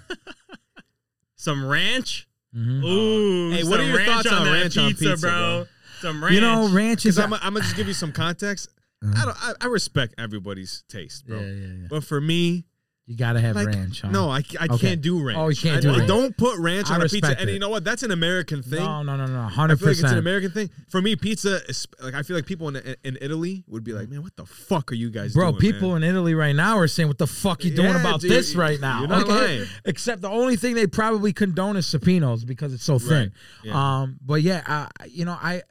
D: Some ranch.
B: mhm.
D: Ooh,
A: Hey, what are
D: some
A: your
D: ranch
A: thoughts on
D: that
A: ranch on pizza, bro?
D: Some ranch.
B: You know, ranch is.
A: Because I'm, I'm gonna just give you some context. I don't. I, I respect everybody's taste,
B: Uh-huh. yeah,
A: bro.
B: yeah, yeah.
A: But for me,
B: You gotta have
A: like,
B: ranch. Huh?
A: no, I, I
B: Okay.
A: can't do ranch.
B: Oh, you can't
A: I-
B: do
A: I
B: ranch.
A: Don't put ranch
B: I
A: on a pizza.
B: respect
A: And
B: it.
A: you know what? That's an American thing.
B: no, no, no, no,
A: I
B: hundred
A: feel like it's an
B: percent.
A: American thing. For me, pizza is like I feel like people in in Italy would be like, man, what the fuck are you guys
B: Mm. Bro,
A: doing?
B: people
A: man?
B: in Italy right now are saying, "What the fuck you doing
A: Yeah,
B: about
A: dude,
B: this right now?"
A: you're not lying.
B: Except the only thing they probably condone is subpoenas because it's so thin.
A: Right, yeah.
B: Um, but yeah, I, I- you know, I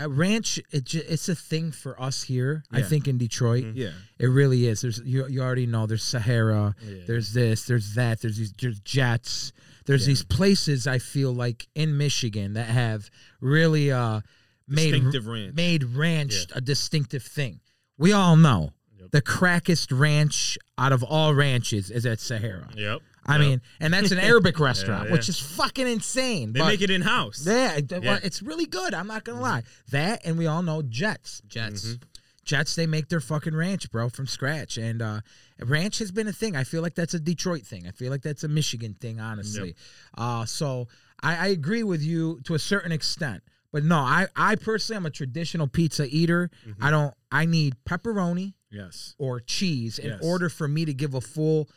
B: uh, ranch. It ju- it's a thing for us here. I
A: Yeah. Mm-hmm.
B: think in Detroit,
D: Mhm.
A: Yeah.
B: it really is. There's you, you already know. There's Sahara.
D: Yeah.
B: There's this. There's that. There's these there's jets. There's
A: Yeah.
B: these places I feel like in Michigan that have really uh made
A: Distinctive ranch.
B: made ranch a distinctive thing. We all know
D: Yep.
B: the crackest ranch out of all ranches is at Sahara.
D: Yep.
B: I
D: Yep.
B: mean, and that's an Arabic restaurant,
D: yeah.
B: which is fucking insane.
D: they
B: but-
D: make it in house.
B: yeah, it- well,
D: Yeah.
B: it's really good. I'm not gonna lie. That and we all know Jets.
C: Jets.
B: Jets, they make their fucking ranch, bro, from scratch. And uh, ranch has been a thing. I feel like that's a Detroit thing. I feel like that's a Michigan thing, honestly. Uh, so I, I agree with you to a certain extent. But no, I, I personally am a traditional pizza eater.
A: Mm-hmm.
B: I don't I need pepperoni
A: Yes.
B: or cheese in
A: Yes.
B: order for me to give a full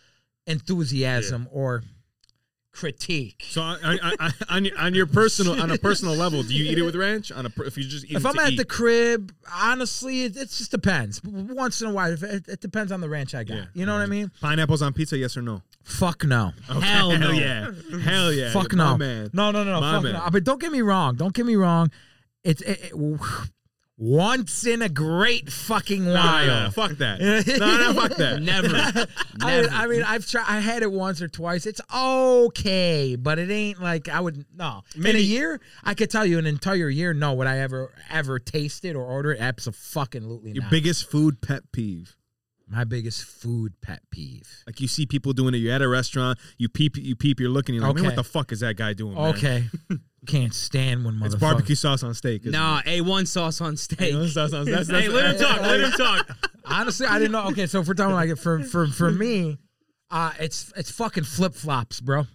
B: enthusiasm or critique.
A: So I, I, I, on, your, on your personal on a personal level, do you eat it with ranch? On a per- if you just eat
B: if
A: it
B: I'm
A: to
B: at
A: eat.
B: the crib, honestly, it, it just depends. Once in a while, if- it, it depends on the ranch I got.
A: Yeah. Mm-hmm.
B: You know what I mean?
A: pineapples on pizza, yes or no?
B: Fuck no.
A: Hell no. yeah. Hell yeah.
B: fuck
A: My
B: no.
A: man.
B: No, no, no, no.
A: My
B: Fuck
A: man.
B: no. But don't get me wrong. Don't get me wrong. It's it, it- once in a great fucking
A: No, no,
B: while.
A: no, no, Fuck that. No, no, fuck that.
C: Never.
B: I, I mean, I've tried. I had it once or twice. It's okay, but it ain't like I would. No, in a
D: Maybe- year,
B: year, I could tell you an entire year. No, would I ever ever taste it or order it? Absolutely
A: Your
B: not.
A: biggest food pet peeve.
B: My biggest food pet peeve.
A: Like you see people doing it. You're at a restaurant. You peep. You peep. You're looking. You're like, man, what
B: Okay.
A: the fuck is that guy doing? man?"
B: Okay, can't stand when motherfuckers.
A: It's barbecue sauce on steak. isn't
C: nah,
A: it?
C: A1 sauce on steak.
A: You know, sauce on- that's-
D: Hey,
A: that's-
D: let him talk. Let him talk.
B: Honestly, I didn't know. Okay, so if we're talking like it for for for me, uh, it's it's fucking flip flops, bro.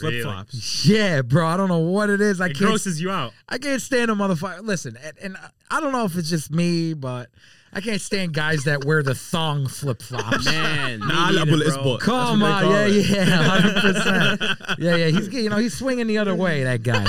A: flip flops.
B: Yeah, bro. I don't know what it is. I
D: It
B: can't.
D: grosses you out.
B: I can't stand a motherfucker. Listen, and, and I don't know if it's just me, but I can't stand guys that wear the thong flip flops.
C: Man. me
A: Nah, I
C: neither,
A: love it. It's
C: bro.
A: book.
B: Come
A: That's what
B: on,
A: they
B: yeah,
A: call it.
B: yeah, hundred percent, yeah, yeah. He's get- you know he's swinging the other way. That guy.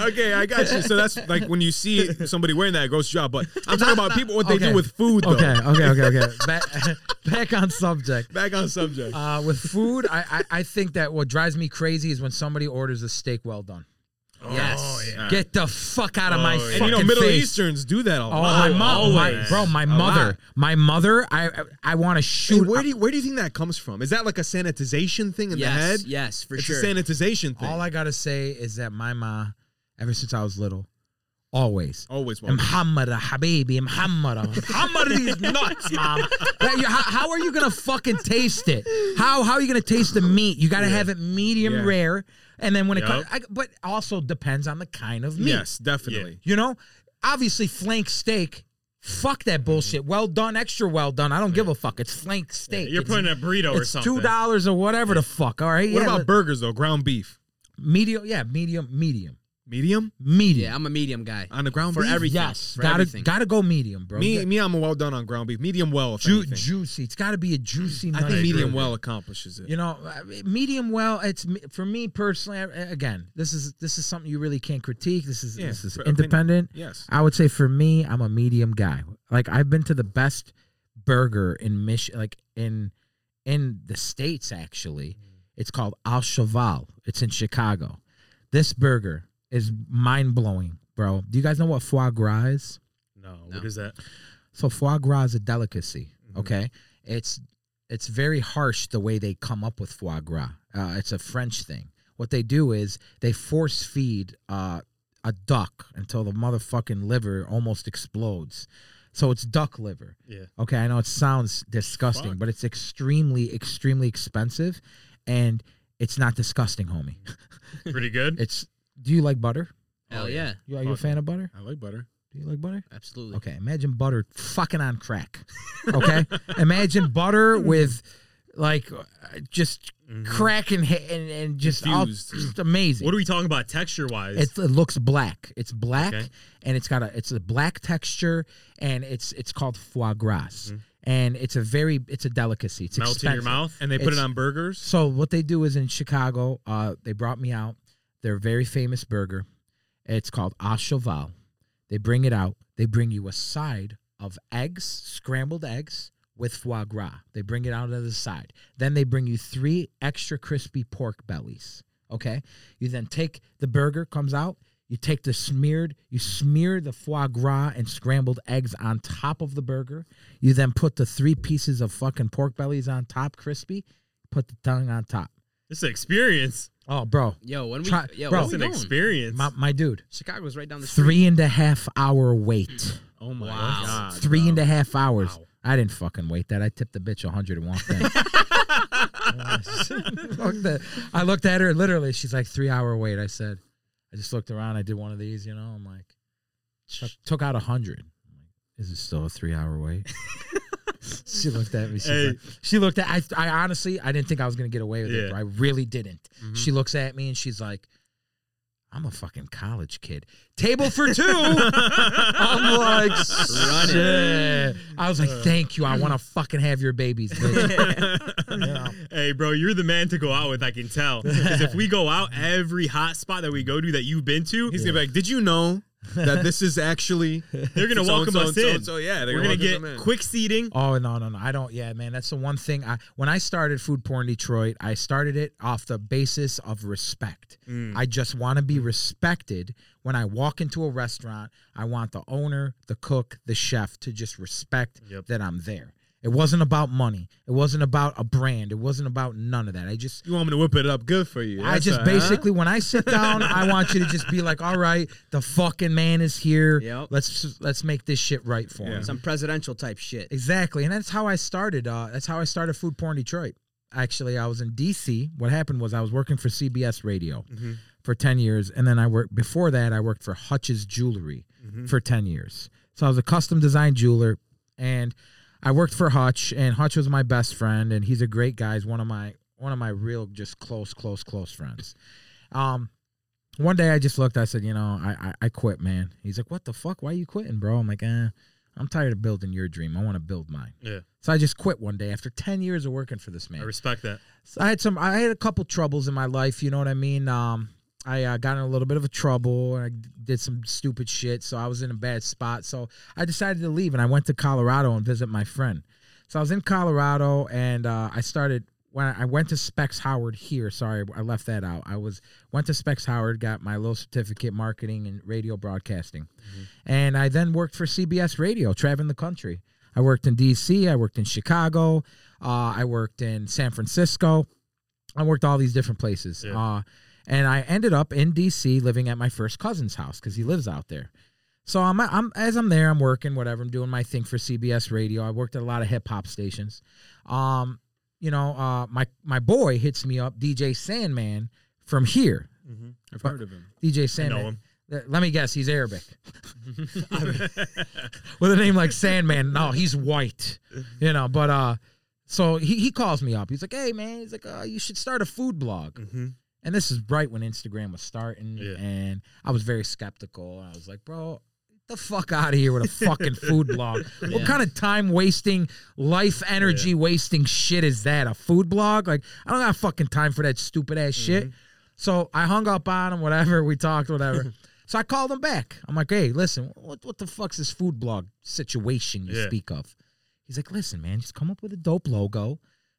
A: okay, I got you. So that's like when you see somebody wearing that, it gross job. But I'm talking about people what they
B: Okay.
A: do with food. Though.
B: Okay, okay, okay, okay. Back, back on subject.
A: Back on subject.
B: Uh, with food, I, I I think that what drives me crazy is when somebody orders a steak well done.
C: Yes.
A: yeah.
B: Get the fuck out of my
D: Oh, yeah.
B: fucking
A: and you know, Middle
B: face.
A: Easterns do that a
B: Oh,
A: lot.
B: my mom, my,
D: always.
B: bro, my
A: A
B: mother,
A: lot.
B: my mother. I I, I want to
A: Hey,
B: shoot.
A: where do you, where do you think that comes from? Is that like a sanitization thing in
C: yes.
A: the head?
C: Yes, for
A: it's
C: sure.
A: a sanitization thing.
B: All I gotta say is that my ma, ever since I was little, always.
A: Always one.
B: Muhammada, habibi, Muhammada. Muhammada these nuts, mom. That you- how, how are you gonna fucking taste it? How how are you gonna taste the meat? You gotta have it medium
A: Yeah.
B: rare, and then when it
D: Yup.
B: comes, I, but also depends on the kind of meat.
A: Yes, definitely.
B: You know, obviously flank steak. Fuck that bullshit. Well done, extra well done. I don't give a fuck. It's flank steak.
D: You're
B: It's-
D: putting a burrito or
B: it's
D: something.
B: two dollars or whatever the fuck. All right.
A: What
B: yeah,
A: about
B: let-
A: burgers though? Ground beef,
B: medium? Yeah, medium, medium,
A: medium
B: medium.
C: yeah, I'm a medium guy.
A: on the ground
C: For
A: beef.
C: every- everything,
B: Yes,
C: for
B: gotta
C: everything.
B: gotta go medium, bro.
A: me,
B: Yeah.
A: me, I'm a well done on ground beef. Medium well, if
B: Ju-
A: anything.
B: juicy. It's got to be a juicy.
A: I
B: nice
A: think medium
B: burger.
A: well accomplishes it.
B: You know, I mean, medium well. It's me- for me personally. I- Again, this is this is something you really can't critique. This is
A: Yeah,
B: this is
A: for opinion.
B: independent.
A: Yes.
B: I would say for me, I'm a medium guy. Like I've been to the best burger in Mich, like in in the states. Actually, it's called Al Cheval. It's in Chicago. This burger is mind blowing, bro. Do you guys know what foie gras is?
D: No,
C: No.
D: what is that?
B: So foie gras is a delicacy.
D: Mm-hmm.
B: Okay, it's it's very harsh the way they come up with foie gras. Uh, it's a French thing. What they do is they force feed uh, a duck until the motherfucking liver almost explodes. So it's duck liver.
D: Yeah.
B: Okay, I know it sounds disgusting,
D: Fuck.
B: but it's extremely, extremely expensive, and it's not disgusting, homie.
D: Mm-hmm. Pretty good.
B: It's. Do you like butter?
C: Hell yeah.
B: You, are you a
A: Fuck.
B: fan of butter?
A: I like butter.
B: Do you like butter?
C: Absolutely.
B: Okay, imagine butter fucking on crack. Okay, imagine butter with like uh, just crack and ha- and, and just, all,
A: Infused.
B: just amazing.
D: Mm-hmm. What are we talking about texture wise?
B: It's- it looks black. It's black,
D: Okay.
B: and it's got a it's a black texture, and it's it's called foie gras, and it's a very it's a delicacy. It's
D: Melt in Mm-hmm. your
B: expensive.
D: mouth.
A: And they put it
B: It's-
A: on burgers.
B: So what they do is in Chicago, uh, they brought me out their very famous burger. It's called Au Cheval. They bring it out. They bring you a side of eggs, scrambled eggs with foie gras. They bring it out as a side. Then they bring you three extra crispy pork bellies. Okay. You then take the burger comes out. You take the smeared, you smear the foie gras and scrambled eggs on top of the burger. You then put the three pieces of fucking pork bellies on top, crispy. Put the tongue on top.
D: It's an experience.
B: Oh, bro,
C: Yo, when we
B: Try-
C: yo,
B: bro.
D: It's
C: where
D: an
C: we going?
D: experience.
B: my, my dude,
C: Chicago's right down the street.
B: three and a half hour wait.
A: Oh my
C: Wow.
A: god.
B: Three
A: bro.
B: and a half hours.
D: Wow.
B: I didn't fucking wait that. I tipped the bitch a hundred and one thing. Fuck that. I looked at her literally. She's like three hour wait. I said, I just looked around. I did one of these. You know, I'm like, took, took out a hundred. Is it still a three hour wait? she looked at me. She's
D: Hey.
B: like, she looked at. I, I honestly, I didn't think I was gonna get away with
D: Yeah.
B: it. Bro. I really didn't.
D: Mhm.
B: She looks at me and she's like, I'm a fucking college kid. Table for two. I'm like,
C: Run it.
B: shit. I was like, thank you. I want to fucking have your babies. bitch."
D: Hey, bro, you're the man to go out with. I can tell. 'Cause if we go out, every hot spot that we go to that you've been to,
A: He's gonna be like, did you know that this is actually
D: they're gonna welcome
A: so,
D: us in.
A: So yeah, they're
D: We're gonna
A: welcome them
D: get
A: in.
D: quick seating.
B: Oh no no no! I don't. Yeah, man, that's the one thing. I when I started food porn Detroit, I started it off the basis of respect. I just want to be respected when I walk into a restaurant. I want the owner, the cook, the chef to just respect
D: Yep.
B: that I'm there. It wasn't about money. It wasn't about a brand. It wasn't about none of that. I just
A: You want me to whip it up good for you?
B: I
A: That's
B: just
A: all, huh?
B: basically when I sit down, I want you to just be like, "All right, the fucking man is here.
C: Yep.
B: Let's let's make this shit right for him."
C: Some presidential type shit.
B: Exactly, and that's how I started. Uh, that's how I started food porn Detroit. Actually, I was in D.C. What happened was I was working for CBS Radio for ten years, and then I worked before that. I worked for Hutch's Jewelry for ten years. So I was a custom design jeweler, and I worked for Hutch, and Hutch was my best friend, and he's a great guy. He's one of my one of my real just close, close, close friends. Um, one day I just looked. I said, you know, I I, I quit, man. He's like, what the fuck? Why you quitting, bro? I'm like, eh, I'm tired of building your dream. I want to build mine.
D: Yeah,
B: So I just quit one day after ten years of working for this
D: I
B: man.
D: respect that.
B: So I had some. I had a couple troubles in my life. You know what I mean? Um, I uh, got in a little bit of a trouble. and I d- did some stupid shit, so I was in a bad spot. So I decided to leave, and I went to Colorado and visit my friend. So I was in Colorado, and uh, I started when I went to Specs Howard here. Sorry, I left that out. I was went to Specs Howard, got my little certificate, marketing and radio broadcasting, and I then worked for CBS Radio, traveling the country. I worked in D.C. I worked in Chicago. Uh, I worked in San Francisco. I worked all these different places.
D: Yeah.
B: Uh, and I ended up in D.C. living at my first cousin's house because he lives out there. So I'm, I'm as I'm there, I'm working, whatever. I'm doing my thing for CBS Radio. I worked at a lot of hip hop stations. Um, you know, uh, my my boy hits me up, DJ Sandman from here.
A: I've heard of him.
B: DJ Sandman.
D: him.
B: Uh, Let me guess, he's Arabic. I mean, with a name like Sandman, no, he's white. You know, but uh, so he, he calls me up. He's like, "Hey, man," he's like, uh, "You should start a food blog."
D: Mhm.
B: And this is right when Instagram was starting,
D: Yeah.
B: and I was very skeptical. I was like, "Bro." get The fuck out of here with a fucking food blog. What kind of time wasting, life energy wasting shit is that? A food blog? Like, I don't got fucking time for that stupid ass
D: Mm-hmm.
B: shit. So I hung up on him, whatever. We talked, whatever. so I called him back. I'm like, hey, listen, what, what the fuck's this food blog situation you
D: Yeah.
B: speak of? He's like, listen, man, just come up with a dope logo,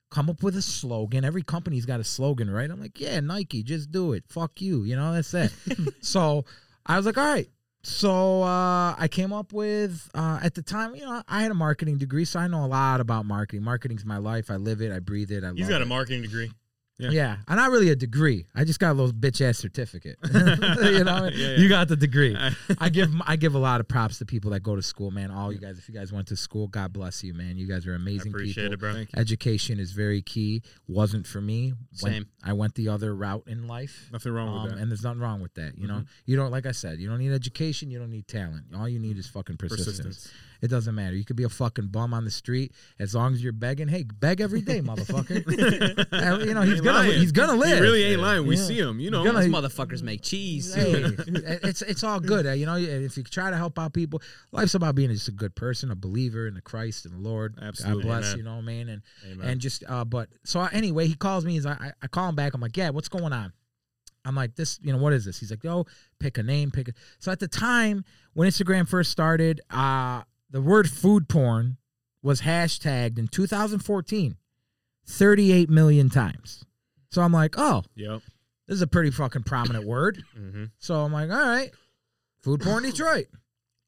B: come up with a slogan. Every company's got a slogan, right? I'm like, yeah, Nike, just do it. Fuck you. You know, that's it. so I was like, all right. So uh, I came up with uh, at the time, you know, I had a marketing degree, so I know a lot about marketing. Marketing's my life. I live it. I breathe it. I
D: He's
B: love
D: got
B: it.
D: a marketing degree.
A: Yeah.
B: Yeah. and not really a degree. I just got a little bitch ass certificate. you know,
A: Yeah, yeah.
B: you got the degree. I give I give a lot of props to people that go to school, man. All you guys, if you guys went to school, God bless you, man. You guys are
D: I
B: amazing
D: appreciate
B: people.
D: it, bro.
A: Thank you.
B: Education is very key. Wasn't for me. Went-
C: Same.
B: I went the other route in life.
A: Nothing wrong with
B: Um,
A: that. Mm-hmm.
B: and there's nothing wrong with that. You know, you don't like I said, you don't need education, you don't need talent. All you need is fucking persistence.
A: Persistence.
B: It doesn't matter. You could be a fucking bum on the street as long as you're begging. Hey, beg every day, motherfucker. Uh, you know he's
A: Ain't
B: gonna
A: lying.
B: he's gonna live.
A: He really ain't lying. We
B: Yeah.
A: see him. You know.
B: gonna-
C: Those motherfuckers make cheese.
B: Hey, it- it's it's all good. uh, You know, if you try to help out people, life's about being just a good person, a believer in the Christ and the Lord.
A: Absolutely.
B: God bless.
D: Amen.
B: You know, what I mean, and
D: Amen.
B: and just uh, but so uh, anyway, he calls me. He's like, I, I call him back. I'm like, yeah, what's going on? I'm like, this, you know, what is this? He's like, yo, pick a name, pick a. So at the time when Instagram first started, uh, the word food porn was hashtagged in 2014, 38 million times. So I'm like, oh,
A: Yep.
B: This is a pretty fucking prominent word.
D: Mm-hmm.
B: So I'm like, all right, food porn Detroit.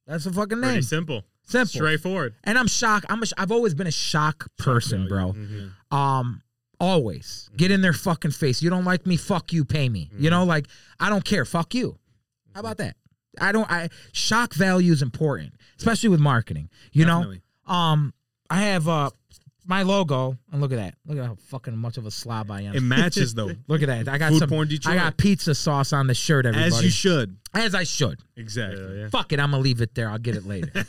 B: That's the fucking
D: Pretty
B: name.
D: simple,
B: Simple.
D: straightforward.
B: And I'm shocked. I'm a, sh- I've always been a shock person,
D: value.
B: bro.
A: Mm-hmm.
D: Mhm.
B: Um, always get in their fucking face. You don't like me? Fuck you. Pay me. You
A: Mm-hmm.
B: know, like I don't care. Fuck you. How about that? I don't. I shock value is important, especially with marketing. You
A: Definitely.
B: know, um, I have uh my logo, and look at that. Look at how fucking much of a slob I am.
A: It matches though,
B: look at that. I got
A: Food
B: some.
A: porn Detroit.
B: I got pizza sauce on the shirt. Everybody,
A: as you should.
B: as I should
A: Exactly.
D: Yeah, yeah.
B: fuck it, I'm gonna leave it there. I'll get it later.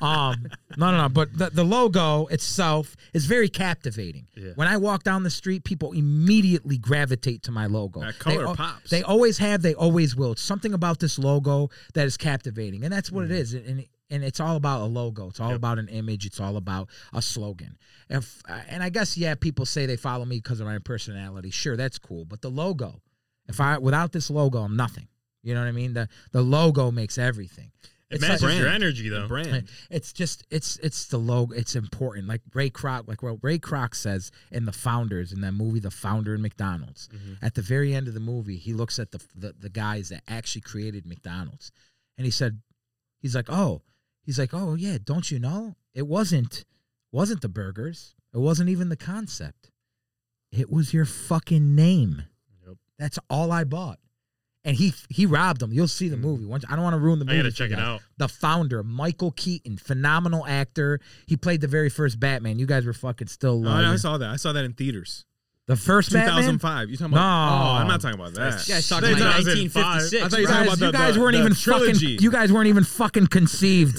B: um, no, no, no. But the, the logo itself is very captivating.
D: Yeah.
B: When I walk down the street, people immediately gravitate to my logo.
A: That color
B: al-
A: pops.
B: They always have. They always will. It's something about this logo that is captivating, and that's what it
A: Mm-hmm.
B: is. And and it's all about a logo. It's all about an image. It's all about a slogan. And f- and I guess yeah, people say they follow me because of my personality. Sure, that's cool. But the logo, if I without this logo, I'm nothing. You know what I mean? The the logo makes everything.
D: It
B: It's
D: matches
B: like-
D: your energy though.
A: Brand.
B: it's just it's it's the logo. It's important. Like Ray Kroc, like what Ray Kroc says in the Founders in that movie, The Founder in McDonald's.
D: Mm-hmm.
B: At the very end of the movie, he looks at the, the the guys that actually created McDonald's, and he said, he's like, oh, he's like, oh yeah, don't you know? It wasn't wasn't the burgers. It wasn't even the concept. It was your fucking name.
D: Yep.
B: That's all I bought. And he he robbed them. You'll see the movie. Once I don't want to ruin the
D: Mm-hmm. I
B: movie.
D: gotta
B: for you
D: check it
B: guys
D: out.
B: the founder, Michael Keaton, phenomenal actor. He played the very first Batman. You guys were fucking still
A: Oh,
B: uh,
A: I saw that. I saw that in theaters.
B: the first Batman.
A: 2005. You talking about?
B: No.
A: Oh, I'm not talking about that.
C: This guy's talking
A: They
C: like
A: thought I was in
C: 1956.
A: I thought
C: bro.
A: you
B: You
A: talking
B: guys,
A: about the-
B: you guys
A: the-
B: weren't
A: the
B: even
A: trilogy.
B: fucking. You guys weren't even fucking conceived,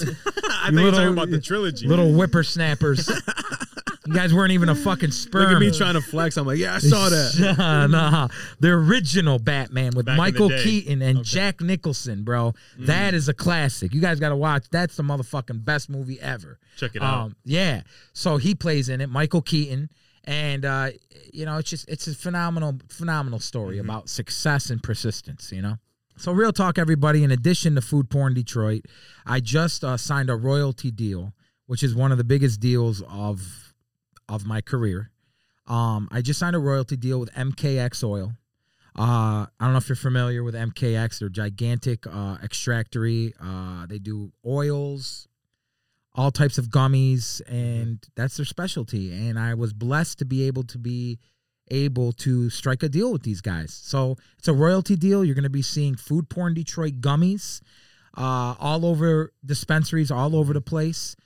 A: I
B: You
A: think you're talking
B: little-
A: about the trilogy.
B: little whippersnappers. you guys weren't even a fucking sperm.
A: Look at me trying to flex. I'm like, yeah, I saw that.
B: nah, nah. the original Batman with
D: Back in the
B: Michael
D: day.
B: Keaton and Jack Nicholson, bro.
A: Mm.
B: That is a classic. You guys got to watch. That's the motherfucking best movie ever.
A: Oh,
D: Check it out.
B: Um, Yeah. So he plays in it, Michael Keaton, and uh, you know, it's just it's a phenomenal, phenomenal story
D: Mm-hmm.
B: about success and persistence. You know. So real talk, everybody. In addition to Food Porn Detroit, I just uh, signed a royalty deal, which is one of the biggest deals of of my career. Um, I just signed a royalty deal with MKX Oil. Uh, I don't know if you're familiar with MKX. They're gigantic uh, extractory. Uh, they do oils, all types of gummies,
C: Mm-hmm.
B: and that's their specialty. And I was blessed to be able to be able to strike a deal with these guys. So it's a royalty deal. You're going to be seeing Food Porn Detroit gummies uh, all over dispensaries, all over the place.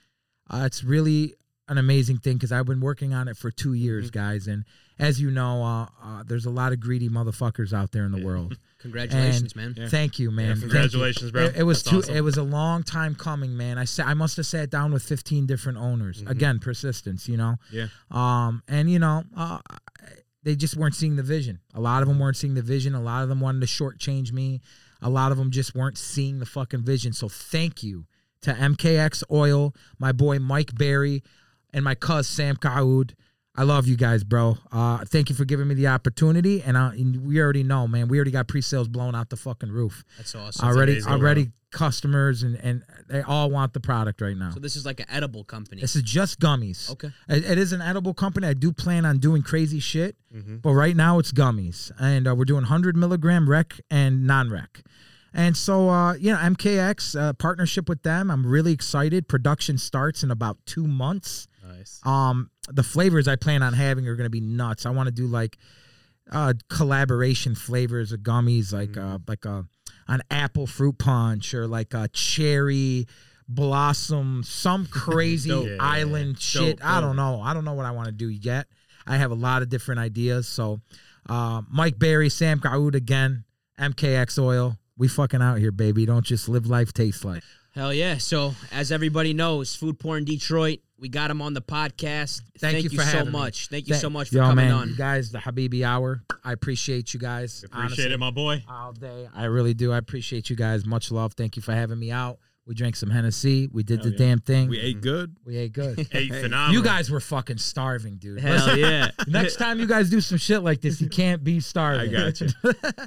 B: Uh, it's really an amazing thing because I've been working on it for two years,
C: Mm-hmm.
B: guys. And as you know, uh, uh, there's a lot of greedy motherfuckers out there in the world.
C: Congratulations, man.
B: Thank you, man. Thank you.
D: congratulations, bro.
B: It, it was
D: That's
B: too.
D: awesome.
B: It was a long time coming, man. I sat. I must have sat down with 15 different owners.
D: Mm-hmm.
B: Again, persistence. You know.
A: Yeah.
B: Um, and you know, uh, they just weren't seeing the vision. A lot of them weren't seeing the vision. A lot of them wanted to shortchange me. A lot of them just weren't seeing the fucking vision. So thank you to MKX Oil, my boy Mike Barry, and my cuz Sam Kaoud. I love you guys, bro. Uh, thank you for giving me the opportunity. And, I, and we already know, man. We already got pre-sales blown out the fucking roof.
C: That's awesome.
B: already,
D: amazing,
B: already, customers and and they all want the product right now.
C: So this is like an edible company.
B: This is just gummies.
C: Okay.
B: It- it is an edible company. I do plan on doing crazy shit,
C: Mm-hmm.
B: but right now it's gummies, and uh, we're doing 100 milligram rec and non-rec. And so, uh, you know, MKX uh, partnership with them. I'm really excited. Production starts in about two months.
D: Nice.
B: Um, the flavors I plan on having are going to be nuts. I want to do like uh, collaboration flavors of gummies, like uh,
C: Mm.
B: like a an apple fruit punch or like a cherry blossom, some crazy
D: Dope. Yeah, yeah,
B: island
D: yeah.
B: shit.
D: Dope,
B: I
D: dope.
B: don't know. I don't know what I want to do yet. I have a lot of different ideas. So, uh, Mike Barry, Sam Kaoud again, MKX Oil. We fucking out here, baby. Don't just live life, taste life.
C: Hell yeah. So, as everybody knows, Food Porn Detroit, we got him on the podcast.
B: Thank you for
C: so
B: having me.
C: much. Thank you so much for
B: Yo,
C: coming
B: man,
C: on.
B: You guys, the Habibi Hour. I appreciate you guys.
D: Appreciate it, my boy.
B: all day. I really do. I appreciate you guys. Much love. Thank you for having me out. We drank some Hennessy. We did the damn thing.
A: We ate good.
B: We ate good.
D: Hey, phenomenal.
B: you guys were fucking starving, dude.
C: Hell yeah.
B: Next time you guys do some shit like this, you can't be
A: I
B: starving.
A: got you.